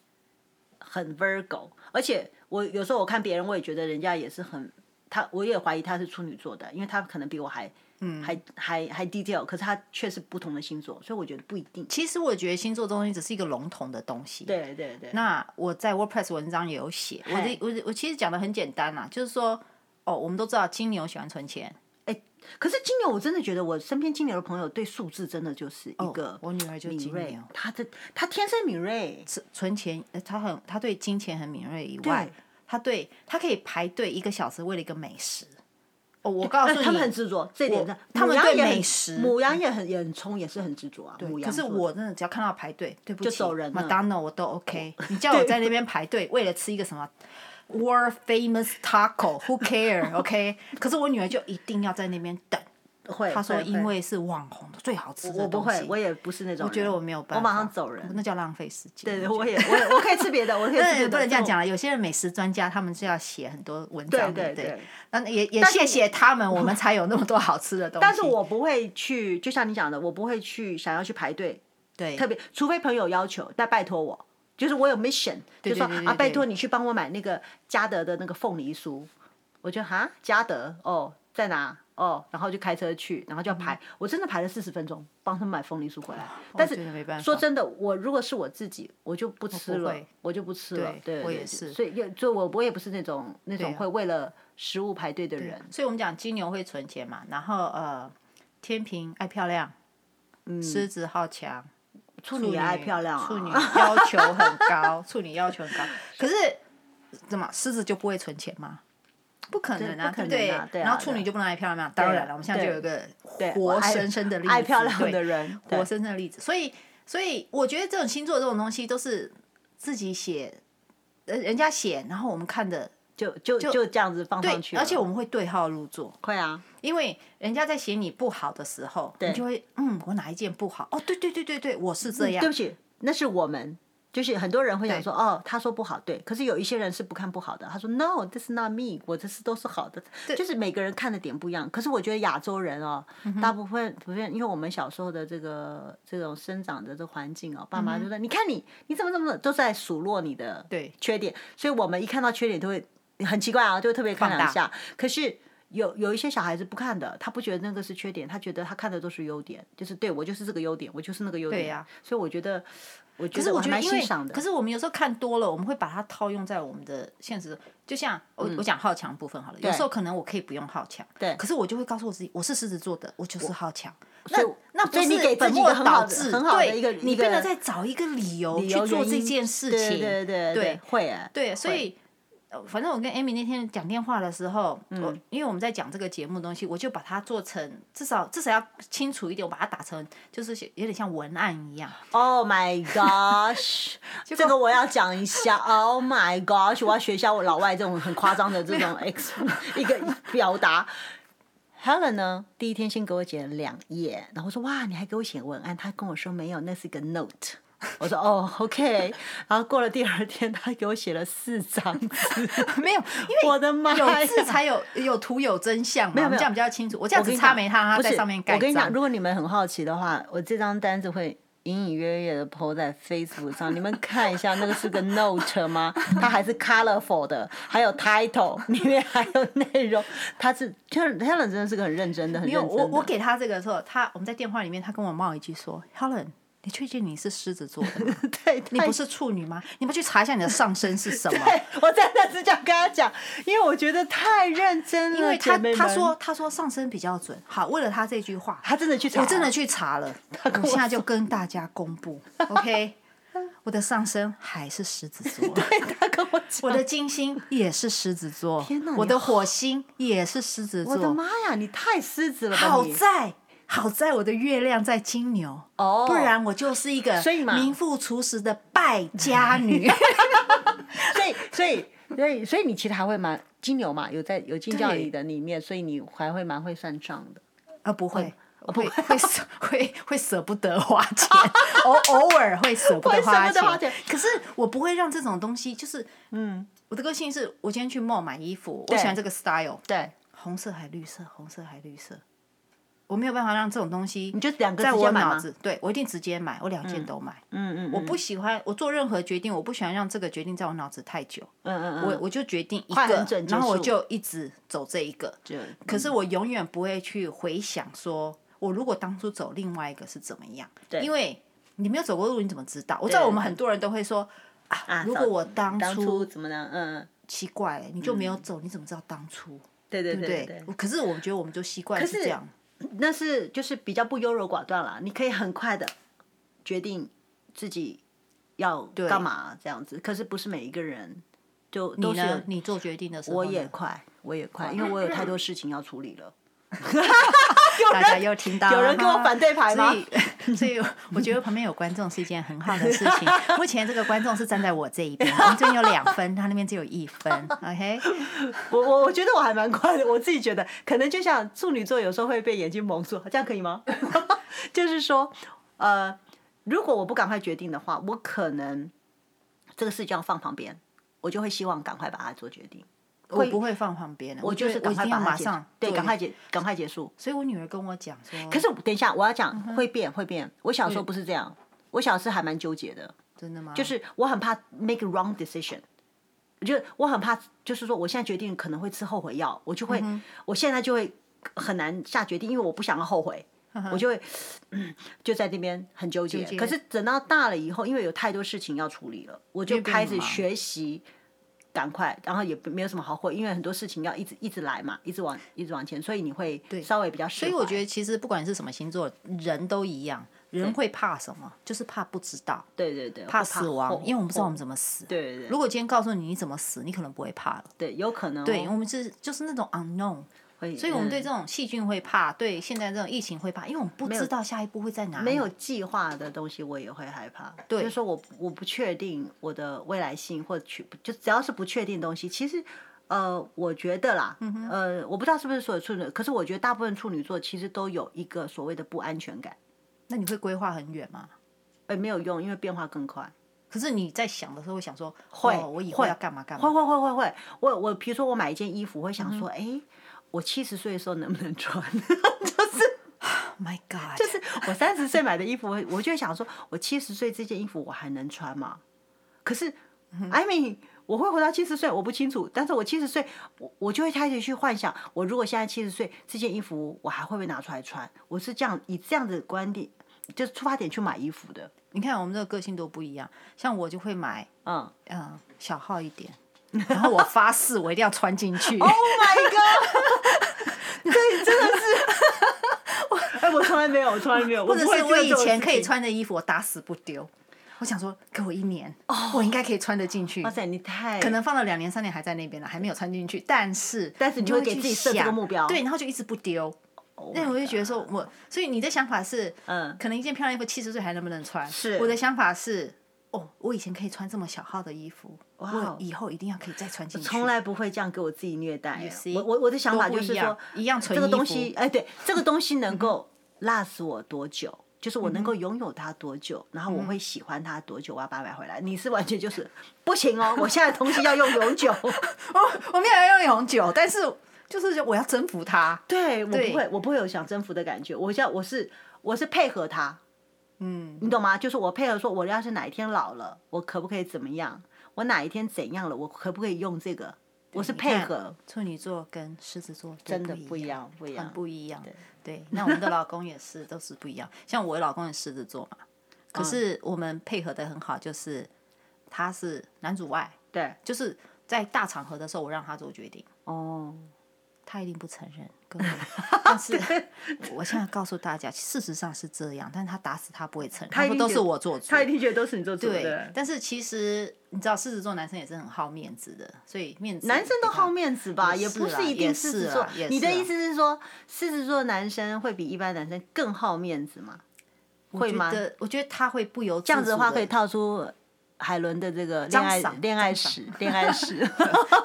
S1: 很 Virgo，而且我有时候我看别人，我也觉得人家也是很他，我也怀疑他是处女座的，因为他可能比我还嗯还还还 detail，可是他却是不同的星座，所以我觉得不一定。
S2: 其实我觉得星座东西只是一个笼统的东西。
S1: 对对对，
S2: 那我在 WordPress 文章也有写，我
S1: 嗨
S2: 啊的我的我其实讲的很简单啦、就是说，哦，我们都知道金牛喜欢存钱，
S1: 哎可是金牛，我真的觉得我身边金牛的朋友对数字真的就是一个
S2: 哦我女儿就
S1: 敏
S2: 金
S1: 锐
S2: 牛，，
S1: 她的她天生敏锐，
S2: 存存钱，呃她很她对金钱很敏锐以外
S1: 对，
S2: 她对她可以排队一个小时为了一个美食。哦，我告诉
S1: 那
S2: 你，
S1: 他们很执着，这一点上，
S2: 他们
S1: 母羊
S2: 对
S1: 也很
S2: 美食
S1: 母羊也很也很冲，也是很执着啊。母羊
S2: 可是
S1: 座的
S2: 我真的只要看到排队，对不起，
S1: 就走人了
S2: 麦当劳我 都 OK。你叫我在那边排队，为了吃一个什么 world famous taco，who care？OK？、可是 我女儿就一定要在那边等。
S1: 会，
S2: 她说
S1: 会
S2: 因
S1: 会
S2: 为是网红的最好吃
S1: 我
S2: 的
S1: 不
S2: 东
S1: 会
S2: 西，，
S1: 我也不是那种人，
S2: 我觉得我没有办
S1: 我
S2: 法，
S1: 马上走人。
S2: 那叫浪费时间。
S1: 对，我也我也我可以吃别的，我可以吃 别
S2: 对，
S1: 的，
S2: 不能这样
S1: 就
S2: 讲了。有些人美食专家，他们是要写很多文
S1: 对
S2: 章，
S1: 对
S2: 不
S1: 对
S2: 对？。那也也
S1: 但是
S2: 谢谢 他们，我们才有那么多好吃的东西。
S1: 但是我不会去，就像你讲的，我不会去想要去排队，
S2: 对
S1: 特别除非朋友要求，但拜托我，就是我有 mission，就
S2: 对
S1: 说
S2: 对对
S1: 啊，
S2: 对
S1: 拜托你去帮我买那个嘉德的那个凤梨酥。我就哈，嘉德哦，在哪？哦，然后就开车去，然后就要
S2: 嗯
S1: 排，我真的排了四十分钟，帮他们买凤梨酥回来。但
S2: 觉得哦没办
S1: 是
S2: 法
S1: 说真的，我如果是我自己，我就不吃
S2: 不
S1: 了
S2: 会，
S1: 我就不吃了。
S2: 对
S1: 对，
S2: 我
S1: 对
S2: 也
S1: 对
S2: 是
S1: 所以就就我我也不是那种那种
S2: 对啊
S1: 会为了食物排队的人。
S2: 所以我们讲金牛会存钱嘛，然后呃，天平爱漂亮，狮子好强，
S1: 嗯处
S2: 处
S1: 女也爱漂亮啊，
S2: 处 女要求很高，处女要求很高。可是怎么狮子就不会存钱吗？不可能啊，
S1: 不可
S2: 对
S1: 能啊
S2: 不
S1: 对啊
S2: 然后处女就不能爱漂亮，当然了，我们现在就有一个活生生的例子，
S1: 爱漂亮
S2: 对
S1: 的人，
S2: 活
S1: 对
S2: 生生的例子。所以，所以我觉得这种星座这种东西都是自己写，呃，人家写，然后我们看的，
S1: 就就就这样子放上去了，
S2: 而且我们会对号入座。
S1: 会啊，
S2: 因为人家在写你不好的时候，你就会嗯，我哪一件不好？哦，对对对对对，我是这样
S1: 嗯对。不起，那是我们。就是很多人会想说，哦，他说不好，对。可是有一些人是不看不好的，他说 No，this is not me，我这是都是好的。就是每个人看的点不一样。可是我觉得亚洲人哦，大部分普遍，因为我们小时候的这个这种生长的这环境哦，爸妈就在、你看你，你怎么怎么的，都在数落你的
S2: 对
S1: 缺点。所以我们一看到缺点都会很奇怪啊，就会特别看
S2: 放
S1: 两
S2: 大
S1: 下。可是有有一些小孩子不看的，他不觉得那个是缺点，他觉得他看的都是优点，就是对我就是这个优点，我就是那个优点。
S2: 对呀
S1: 所以我觉得，我觉
S2: 可是
S1: 得我
S2: 我
S1: 还
S2: 觉得，
S1: 蛮
S2: 因
S1: 欣
S2: 为
S1: 赏的。
S2: 可是我们有时候看多了，我们会把它套用在我们的现实中。就像我、我讲好强部分好了，有时候可能我可以不用好强，
S1: 嗯对
S2: 可是我就会告诉我自己，我是狮子座的，我就是好强。那
S1: 所以
S2: 那不
S1: 所以你给
S2: 是
S1: 自
S2: 本
S1: 己一个
S2: 末
S1: 很好
S2: 倒
S1: 的
S2: 置，
S1: 很好的
S2: 对
S1: 一个一
S2: 你变
S1: 个
S2: 得在找一个理由
S1: 理
S2: 去
S1: 由
S2: 做
S1: 原
S2: 这
S1: 因
S2: 件事
S1: 对
S2: 情。
S1: 对对
S2: 对
S1: 会哎，
S2: 对，所
S1: 会
S2: 以呃，反正我跟 Amy 那天讲电话的时候，我
S1: 嗯
S2: 因为我们在讲这个节目的东西，我就把它做成至少至少要清楚一点，我把它打成就是有点像文案一样。
S1: Oh my gosh！这个我要讲一下。Oh my gosh！我要学一下我老外这种很夸张的这种 ex 一个表达。Helen 呢，第一天先给我写了两页，然后我说哇，你还给我写文案？他跟我说没有，那是一个 note。我说哦，OK。然后过了第二天，他给我写了四张字，
S2: 没有，因为
S1: 我的妈呀！
S2: 有字才有有图有真相嘛，
S1: 没有
S2: 我们
S1: 没有
S2: 这样比较清楚。我这
S1: 我
S2: 样
S1: 跟
S2: 只
S1: 你
S2: 差
S1: 讲
S2: 没他，他
S1: 不
S2: 在
S1: 是
S2: 上面盖
S1: 我跟你讲，
S2: 章。
S1: 如果你们很好奇的话，我这张单子会隐隐约约的 PO 在 Facebook 上，你们看一下，那个是个 note 吗？它还是 colorful 的，还有 title，里 面还有内容，它是 Helen Helen 真的是个很认真的，很
S2: 没有，
S1: 认真
S2: 我
S1: 的。
S2: 我给他这个的时候，他我们在电话里面，他跟我冒一句说：“Helen，你确定你是狮子座 的吗？
S1: 对，
S2: 你不是处女吗？你不去查一下你的上身是 什么？”
S1: 太。我真的是这样跟他讲，因为我觉得太认真了，
S2: 因为他
S1: 姐妹们
S2: 他说他说上身比较准，好，为了他这句话，
S1: 他真的去查，
S2: 我真的去查了，我现在就跟大家公布，OK，我 的上身还是狮子座，
S1: 对 他跟我讲，
S2: 我的金星也是狮子座
S1: 天哪，
S2: 我
S1: 你
S2: 的火星也是狮子
S1: 我的
S2: 座，
S1: 妈呀，你太狮子了吧
S2: 好
S1: 你！
S2: 在。好在我的月亮在金牛，
S1: 哦
S2: 不然我就是一个
S1: 所以嘛
S2: 名副其实的败家 女。
S1: 所以，所以，所以，所以你其实还会蛮金牛嘛，有在有进教你的里面，所以你还会蛮会算账的。
S2: 啊，不会，会会舍 会会舍不得花 钱，偶偶尔会舍不
S1: 会
S2: 得
S1: 舍
S2: 花
S1: 不得
S2: 钱。
S1: 花钱
S2: 可是我不会让这种东西，就是嗯，我的个性是我今天去 mall 买衣服，我
S1: 对
S2: 喜欢这个 style，
S1: 对，
S2: 红色还绿色，红色还绿色。我没有办法让这种东西，
S1: 你就两个
S2: 在
S1: 直接
S2: 我
S1: 买吗
S2: 脑子，对我一定直接买，我两件都买。
S1: 嗯嗯
S2: 我不喜欢我做任何决定，我不喜欢让这个决定在我脑子太久。
S1: 嗯嗯嗯，
S2: 我我就决定一
S1: 快很
S2: 个
S1: 准，结
S2: 然后我
S1: 束
S2: 就一直走这一个。
S1: 就
S2: 可是我永远不会去回想说，我如果当初走另外一个是怎么样？
S1: 对
S2: 因为你没有走过路，你怎么知道？我知道我们很多人都会说啊，如果我当
S1: 当
S2: 初
S1: 初怎么样？嗯，
S2: 奇怪，你就没有走，你怎么知道当初？
S1: 对对
S2: 对不
S1: 嗯对
S2: 对？我可是我觉得我们就习惯
S1: 可
S2: 是
S1: 是
S2: 这样，
S1: 那是就是比较不优柔寡断啦，你可以很快的决定自己要
S2: 对
S1: 干嘛这样子。可是不是每一个人就都
S2: 你
S1: 是有
S2: 呢？你做决定的时候
S1: 我
S2: 呢，
S1: 也快，我也快，因为我有 太多事情要处理了。
S2: 大家又听到
S1: 有人
S2: 了
S1: 跟我
S2: 哈
S1: 反对牌吗
S2: 所以， 所以我觉得旁边有观众是一件很好的事情。目前这个观众是站在我这一边，我们这边有两分，他那边只有一分。OK，
S1: 我我我觉得我还蛮快的，我自己觉得可能就像处女座有时候会被眼睛蒙住，这样可以 吗？ 就是说，呃，如果我不赶快决定的话，我可能这个事就要放旁边，我就会希望赶快把它做决定。
S2: 我不会放旁边的，我
S1: 就是
S2: 觉得我
S1: 赶快
S2: 一定
S1: 把
S2: 要
S1: 它
S2: 马
S1: 解
S2: 上
S1: 对，
S2: 做
S1: 赶
S2: 一嗯
S1: 快
S2: 个。
S1: 结，赶快结束。
S2: 所以我女儿跟我讲说，
S1: 可是等一下，我要
S2: 嗯
S1: 讲会变，会变。我小时候不是这样，我小时候还蛮纠结的，
S2: 真的吗？
S1: 就。是我很怕 make wrong decision，就是我很怕，就是说我现在决定可能会吃后悔药，我就会，
S2: 嗯
S1: 我现在就会很难下决定，因为我不想要后悔。我就会、嗯就在那边很纠结，
S2: 纠结
S1: 可是等到大了以后，因为有太多事情要处理了，我就
S2: 变
S1: 开
S2: 得
S1: 始
S2: 忙
S1: 学习，赶快，然后也没有什么好悔，因为很多事情要一直一直来嘛，一直往一直往前，所以你会稍微比较释
S2: 所以我
S1: 怀
S2: 觉得，其实不管是什么星座，人都一样。人会怕什么？就是怕不知道，
S1: 对对对，
S2: 怕
S1: 呃会
S2: 死亡，因为我们不知道我们
S1: 后
S2: 怎么死。
S1: 对对对
S2: 如果今天告诉你你怎么死，你可能不会怕了。
S1: 对，有可能哦、
S2: 对，我们是就是那种 unknown，
S1: 会，
S2: 所以我们对
S1: 嗯
S2: 这种细菌会怕，对现在这种疫情会怕，因为我们不知道下一步会在哪里。
S1: 没有计划的东西，我也会害怕。
S2: 啊对
S1: 就是说我我不确定我的未来性，或去就只要是不确定的东西，其实呃，我觉得啦，
S2: 嗯
S1: 呃，我不知道是不是所有处女，可是我觉得大部分处女座其实都有一个所谓的不安全感，
S2: 那你会规划很远吗？
S1: 呃，没有用，因为变化更快。
S2: 可是你在想的时候会想说，
S1: 会
S2: 哦我以后
S1: 会
S2: 要干嘛干
S1: 会
S2: 嘛？嗯
S1: 会会会会，我我比如说我买一件衣服，我会想说，哎、我七十岁的时候能不能穿？
S2: Oh my God！
S1: 就是我三十岁买的衣服，我我就会想说，我七十岁这件衣服我还能穿吗？可是
S2: 嗯
S1: 艾米、我会活到七十岁，我不清楚。但是我七十岁，我我就会开始去幻想，我如果现在七十岁，这件衣服我还会不会拿出来穿？我是这样以这样的观点，就是出发点去买衣服的。
S2: 你看我们这个个性都不一样，像我就会买
S1: 嗯
S2: 嗯、呃小号一点，然后我发誓我一定要穿进 去。
S1: ，Oh my god！对， 真 的是，哎、我从来没有，我从来没有，
S2: 或者
S1: 不会
S2: 是
S1: 做
S2: 我以
S1: 这种
S2: 前
S1: 事
S2: 可以
S1: 情。
S2: 穿的衣服，我打死不丢。我想说，给我一年，我应该可以穿得进去
S1: 哦哇。塞，你太
S2: 可能放了两年、三年还在那边了，还没有穿进去。但是，
S1: 但是你
S2: 就
S1: 会
S2: 会
S1: 给
S2: 去
S1: 自己设这个
S2: 想
S1: 目标
S2: 对，然后就一直不丢。
S1: Oh
S2: 那
S1: my
S2: 我就觉得说，我所以你的想法是，
S1: 嗯
S2: 可能一件漂亮衣服七十岁还能不能穿？
S1: 是
S2: 我的想法是，哦，我以前可以穿这么小号的衣服，
S1: 哇哦
S2: 我以后一定要可以再穿进去。
S1: 从来不会这样给我自己虐待啊
S2: You。see？
S1: 我我我的想法
S2: 多不
S1: 就
S2: 一
S1: 是
S2: 样
S1: 说，
S2: 一样纯
S1: 这个
S2: 衣
S1: 东
S2: 服嗯
S1: 西，哎，对，这个东西能够 last 我多久？就是我能够拥有它多久，然后我
S2: 嗯
S1: 会喜欢它多久，我要把它买回来。你是完全就是不行哦，我现在的东西要用永 久。
S2: 我我没有要用永久，但是就是我要征服它。
S1: 对我
S2: 对
S1: 不会，我不会有想征服的感觉。我叫我是我是配合他，
S2: 嗯，
S1: 你懂吗？就是我配合说，我要是哪一天老了，我可不可以怎么样？我哪一天怎样了，我可不可以用这个？我是
S2: 你
S1: 配
S2: 看
S1: 合，
S2: 处女座跟狮子座
S1: 真的
S2: 不
S1: 不一样，不一样
S2: 很。不一样。对，那我们的老公也是，都是不一样。像我老公是狮子座嘛，
S1: 嗯
S2: 可是我们配合的很好，就是他是男主外，
S1: 对，
S2: 就是在大场合的时候，我让他做决定，
S1: 哦，
S2: 他一定不承认。 各位但是我现在告诉大家，事实上是这样，但是他打死他不会承认，他
S1: 一
S2: 说
S1: 定
S2: 都
S1: 觉
S2: 是
S1: 得
S2: 我做主。
S1: 他一定觉得都是你做主
S2: 对
S1: 的，。
S2: 但是其实你知道，狮子座男生也是很好面子的，所以面子
S1: 男生都
S2: 给他
S1: 好面子吧，
S2: 也
S1: 也
S2: 是
S1: 不
S2: 啦
S1: 是一定
S2: 也
S1: 狮
S2: 是
S1: 子
S2: 啦
S1: 座
S2: 也。
S1: 你
S2: 是
S1: 的
S2: 啦
S1: 意思是啊说，狮子座男生会比一般男生更好面子吗？会吗
S2: 我觉？得我觉得他会不由这
S1: 这样子的话，可以套出海伦的这个恋爱
S2: 张赏
S1: 恋爱
S2: 张赏
S1: 史，恋爱 史。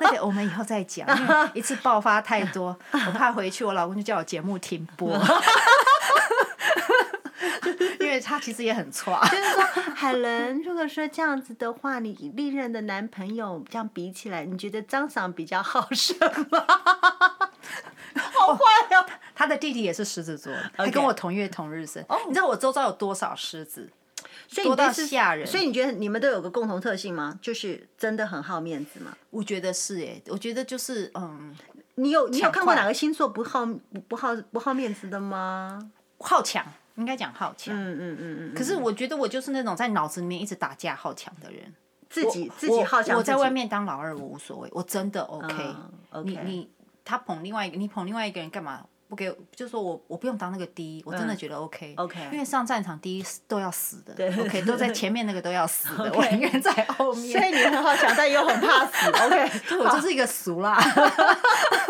S2: 那个我们以后再讲，因为一次爆发太多，我怕回去我老公就叫我节目停播， 因为他其实也很差。
S1: 就是说，海伦，如果说这样子的话，你历任的男朋友这样比起来，你觉得张赏比较好什么？好坏啊！
S2: 他的弟弟也是狮子座，他
S1: OK 哦
S2: 跟我同月同日生。你知道我周遭有多少狮子？
S1: 所以
S2: 多
S1: 你
S2: 到
S1: 对狮
S2: 吓人
S1: 所以你觉得你们都有个共同特性吗？就是真的很好面子吗？
S2: 我觉得是哎，我觉得就是嗯，
S1: 你有你有看过
S2: 快
S1: 哪个星座不好不不好不好面子的吗？
S2: 好强，应该讲好强。
S1: 嗯嗯嗯嗯，
S2: 可是我觉得我就是那种在脑子里面一直打架好强的人。
S1: 自己自己
S2: 我
S1: 好强，
S2: 我在外面当老二我无所谓，我真的 OK。
S1: 嗯，OK
S2: 你你他捧另外一个，你捧另外一个人干嘛？不给，就说我我不用当那个第一，我真的觉得 OK、
S1: 嗯 OK
S2: 因为上战场第一是都要死的
S1: 对
S2: ，OK 都在前面那个都要死的，我宁愿在后面。
S1: 所以你很好强，但又很怕死。OK，
S2: 对我就是一个俗啦。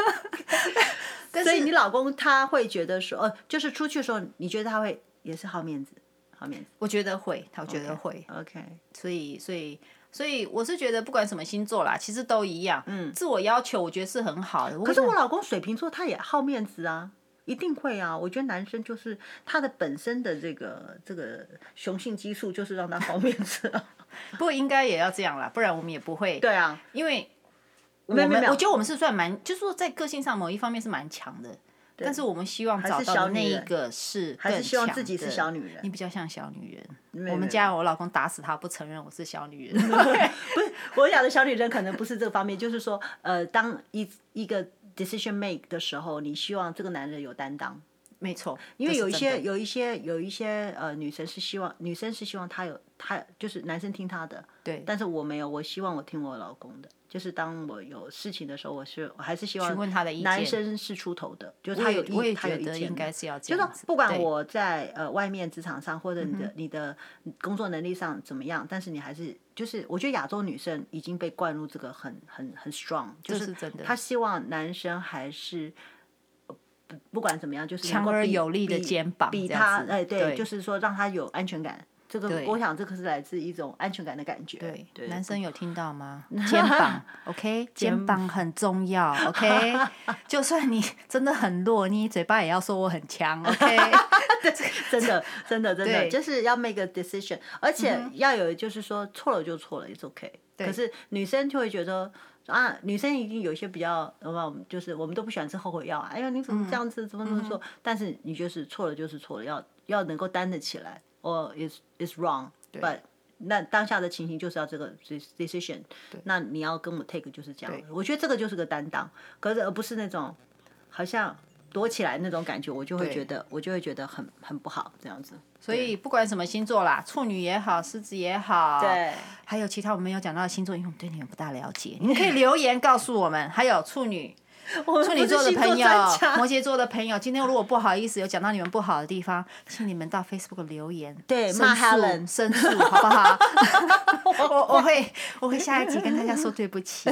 S2: 但
S1: 所以
S2: 是
S1: 你老公他会觉得说，呃，就是出去的时候，你觉得他会也是好面子，好面子。
S2: 我觉得会，他觉得会
S1: OK，
S2: 所以所以所以我是觉得不管什么星座啦，其实都一样。嗯，自我要求我觉得是很好的。
S1: 可
S2: 可
S1: 是我老公水瓶座，他也好面子啊，一定会啊。我觉得男生就是他的本身的这个这个雄性激素，就是让他好面子、啊。
S2: 不过应该也要这样啦，不然我们也不会。
S1: 对啊，
S2: 因为我
S1: 没有没有
S2: 们
S1: 没有
S2: 我觉得我们是算蛮，就是说在个性上某一方面是蛮强的，但是我们希望找
S1: 是
S2: 到
S1: 小
S2: 的那
S1: 女
S2: 一
S1: 人
S2: 个是
S1: 还是
S2: 更
S1: 希望
S2: 强
S1: 自己是
S2: 的
S1: 小女人
S2: 你比较像小女人。
S1: 有
S2: 我
S1: 没
S2: 们
S1: 有
S2: 家我老公打死他不承认我是小 女人。
S1: 我讲的小女人可能不是这个方面，就是说，呃，当一一个 decision make 的时候，你希望这个男人有担当。
S2: 没错，
S1: 因为
S2: 这是
S1: 有一
S2: 真
S1: 些
S2: 的
S1: 有一些有一些呃女生是希望女生是希望他有他就是男生听她的，
S2: 对，
S1: 但是我没有，我希望我听我老公的。就是当我有事情的时候，我是我还是希望
S2: 询问他的意见
S1: 男生是出头的，就是
S2: 我
S1: 他
S2: 也
S1: 有意
S2: 我也
S1: 他有
S2: 觉
S1: 意
S2: 得
S1: 见
S2: 应该
S1: 的。
S2: 是要这
S1: 就是
S2: 样
S1: 说
S2: 子。
S1: 不管
S2: 对嗯
S1: 我在呃外面职场上或者你的、你的工作能力上怎么样，但是你还是就是我觉得亚洲女生已经被灌入这个很很很 strong，就
S2: 这
S1: 是
S2: 是真的
S1: 她希望男生还是。呃不不管怎么样，就是能
S2: 强
S1: 够
S2: 而
S1: 比
S2: 有力的
S1: 比
S2: 肩膀
S1: 比
S2: 这样
S1: 他
S2: 子
S1: 哎对，
S2: 对
S1: 就是说让他有安全感。这个
S2: 对
S1: 我想这个是来自一种安全感的感觉。
S2: 对
S1: 对，
S2: 男生有听 到吗？肩膀，OK，肩膀很重要，OK。就 算你真的很弱，你嘴巴也要说我很强，OK。
S1: 真的，真的，真的，
S2: 对
S1: 就是要 make a decision，而且要有，就是说错了就错了，it's OK。可是女生就会觉得啊，女生一定有一些比较，呃，我们就是我们都不喜欢吃后悔药啊，哎呀，你怎么这样子，怎么怎么做？但是你就是错了就是错了，要要能够担得起来，or 哦 is is wrong，but 那当下的情形就是要这个 decision，那你要跟我 take 就是这样
S2: 对，
S1: 我觉得这个就是个担当，可是而不是那种好像躲起来那种感觉，我就会
S2: 对
S1: 觉得我就会觉得很很不好这样子。
S2: 所以不管什么星座啦，处女也好，狮子也好，
S1: 对，
S2: 还有其他我们没有讲到的星座，因为我们对你们不大了解，你们可以留言告诉我们。还有 处女。处女座的朋友，摩羯座的朋友，今天如果不好意思有讲到你们不好的地方，请你们到 Facebook 留言，
S1: 对
S2: 申
S1: 骂
S2: 诉
S1: Helen
S2: 申 诉，好不好？我我会我会下一集跟大家说对 不起。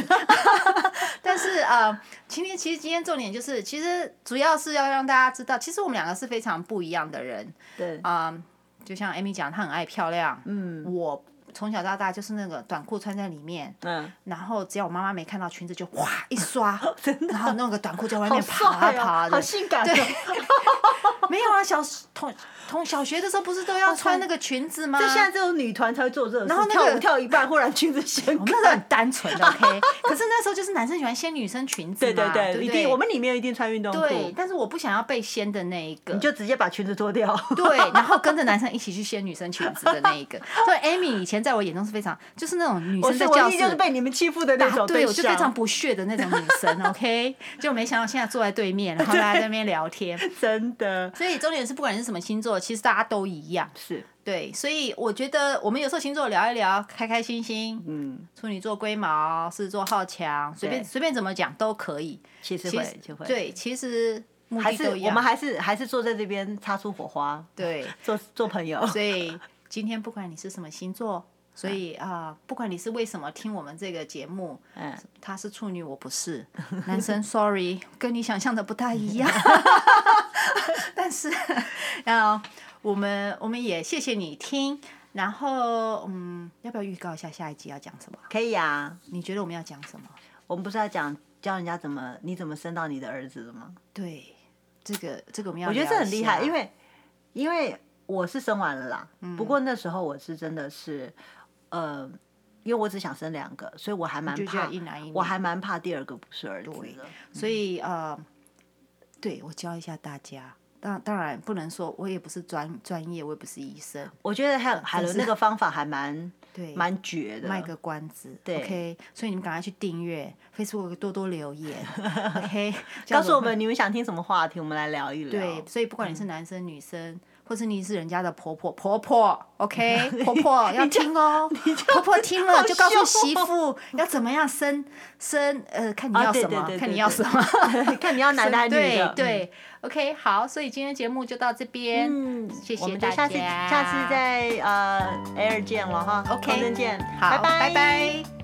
S2: 但是呃，今天其实今天重点就是，其实主要是要让大家知道，其实我们两个是非常不一样的人。
S1: 对，
S2: 啊、就像 Amy 讲，她很爱漂亮，嗯，我从小到大就是那个短裤穿在里面，
S1: 嗯，
S2: 然后只要我妈妈没看到裙子就哇 一刷，然后弄个短裤在外面爬
S1: 好
S2: 啊
S1: 帅
S2: 爬
S1: 哦，
S2: 的
S1: 好。性感哦，
S2: 对 没有啊，小同同小学的时候不是都要穿那个裙子吗？
S1: 就现在这种女团才会做这种事，
S2: 然后那
S1: 跳
S2: 个
S1: 舞跳一半，忽然裙子掀
S2: 我们那时候
S1: 开
S2: 很。单纯 的 OK，可是那时候就是男生喜欢掀女生裙子
S1: 对
S2: 嘛，
S1: 对，
S2: 不
S1: 一定，我们里面一定穿运动
S2: 对
S1: 裤，，
S2: 但是我不想要被掀的那一个，
S1: 你就直接把裙子脱掉。
S2: 对，然后跟着男生一起去掀女生裙子的那一 个。所以 Amy 以前在我眼中是非常，就是那种女
S1: 我
S2: 生
S1: 是
S2: 在
S1: 我
S2: 教
S1: 一
S2: 室
S1: 定就是被你们欺负的那
S2: 打
S1: 种
S2: 对，
S1: 对啊
S2: 我就非常
S1: 象，
S2: 不屑的那种女 生，OK？就没想到现在坐在对面，然后大家在那边聊天。
S1: 真的
S2: 所以重点是，不管是什么星座，其实大家都一样。
S1: 是，
S2: 对，所以我觉得我们有时候星座聊一聊，开开心心。
S1: 嗯，
S2: 处女座龟毛，狮子座好强，随便
S1: 对
S2: 随便怎么讲都可以。
S1: 其实
S2: 其
S1: 会
S2: 实
S1: 就会，，
S2: 对，其实目
S1: 还
S2: 的
S1: 是
S2: 都一
S1: 我
S2: 样。
S1: 们还是还是坐在这边擦出火花，
S2: 对，
S1: 做做朋友。
S2: 所以今天不管你是什么星座，
S1: 嗯
S2: 所以啊、不管你是为什么听我们这个节目，
S1: 嗯，
S2: 他是处女，我 不是男生，sorry，跟你想象的不大一样。但是， 啊，我们我们也谢谢你听。然后，嗯，要不要预告一下下一集要讲什么？
S1: 可以啊，
S2: 你觉得我们要讲什么？
S1: 我们不是要讲教人家怎么你怎么生到你的儿子的吗？
S2: 对，这个这个我们要啊
S1: 我
S2: 聊一
S1: 觉
S2: 下，
S1: 得这很厉害，因为因为我是生完了啦，
S2: 嗯
S1: 不过那时候我是真的是，呃，因为我只想生两个，所以我还蛮
S2: 就觉
S1: 怕
S2: 得，一男一女，
S1: 我还蛮怕第二个不是儿子
S2: 对
S1: 的。
S2: 所以呃，对我教一下大家。当当然不能说，我也不是专专业，我也不是医生，
S1: 我觉得还有海伦那个方法还蛮
S2: 对，
S1: 蛮绝的，
S2: 卖个关子
S1: 对
S2: ，OK。所以你们赶快去订阅 Facebook，多多 留言，OK。
S1: 告诉我们你们想听什么话题，我们来聊一聊。嗯
S2: 对，所以不管你是男生、女生，或是你是人家的婆婆婆婆，OK，婆 婆要听哦，婆婆听
S1: 哦
S2: 了就告诉媳妇要怎么样生生，呃，看你
S1: 啊
S2: 要
S1: 对
S2: 什
S1: 对
S2: 么
S1: 对，
S2: 看
S1: 对
S2: 你要
S1: 对
S2: 什么，
S1: 看你要男的嗯还是女
S2: 对
S1: 的。
S2: 对，OK，好，所以今天节目就到这边，
S1: 嗯，
S2: 谢
S1: 我
S2: 谢
S1: 们
S2: 大
S1: 就
S2: 家，
S1: 下次下次再呃 air 见了哈
S2: OK
S1: 空中见，
S2: 好，
S1: 拜
S2: 拜拜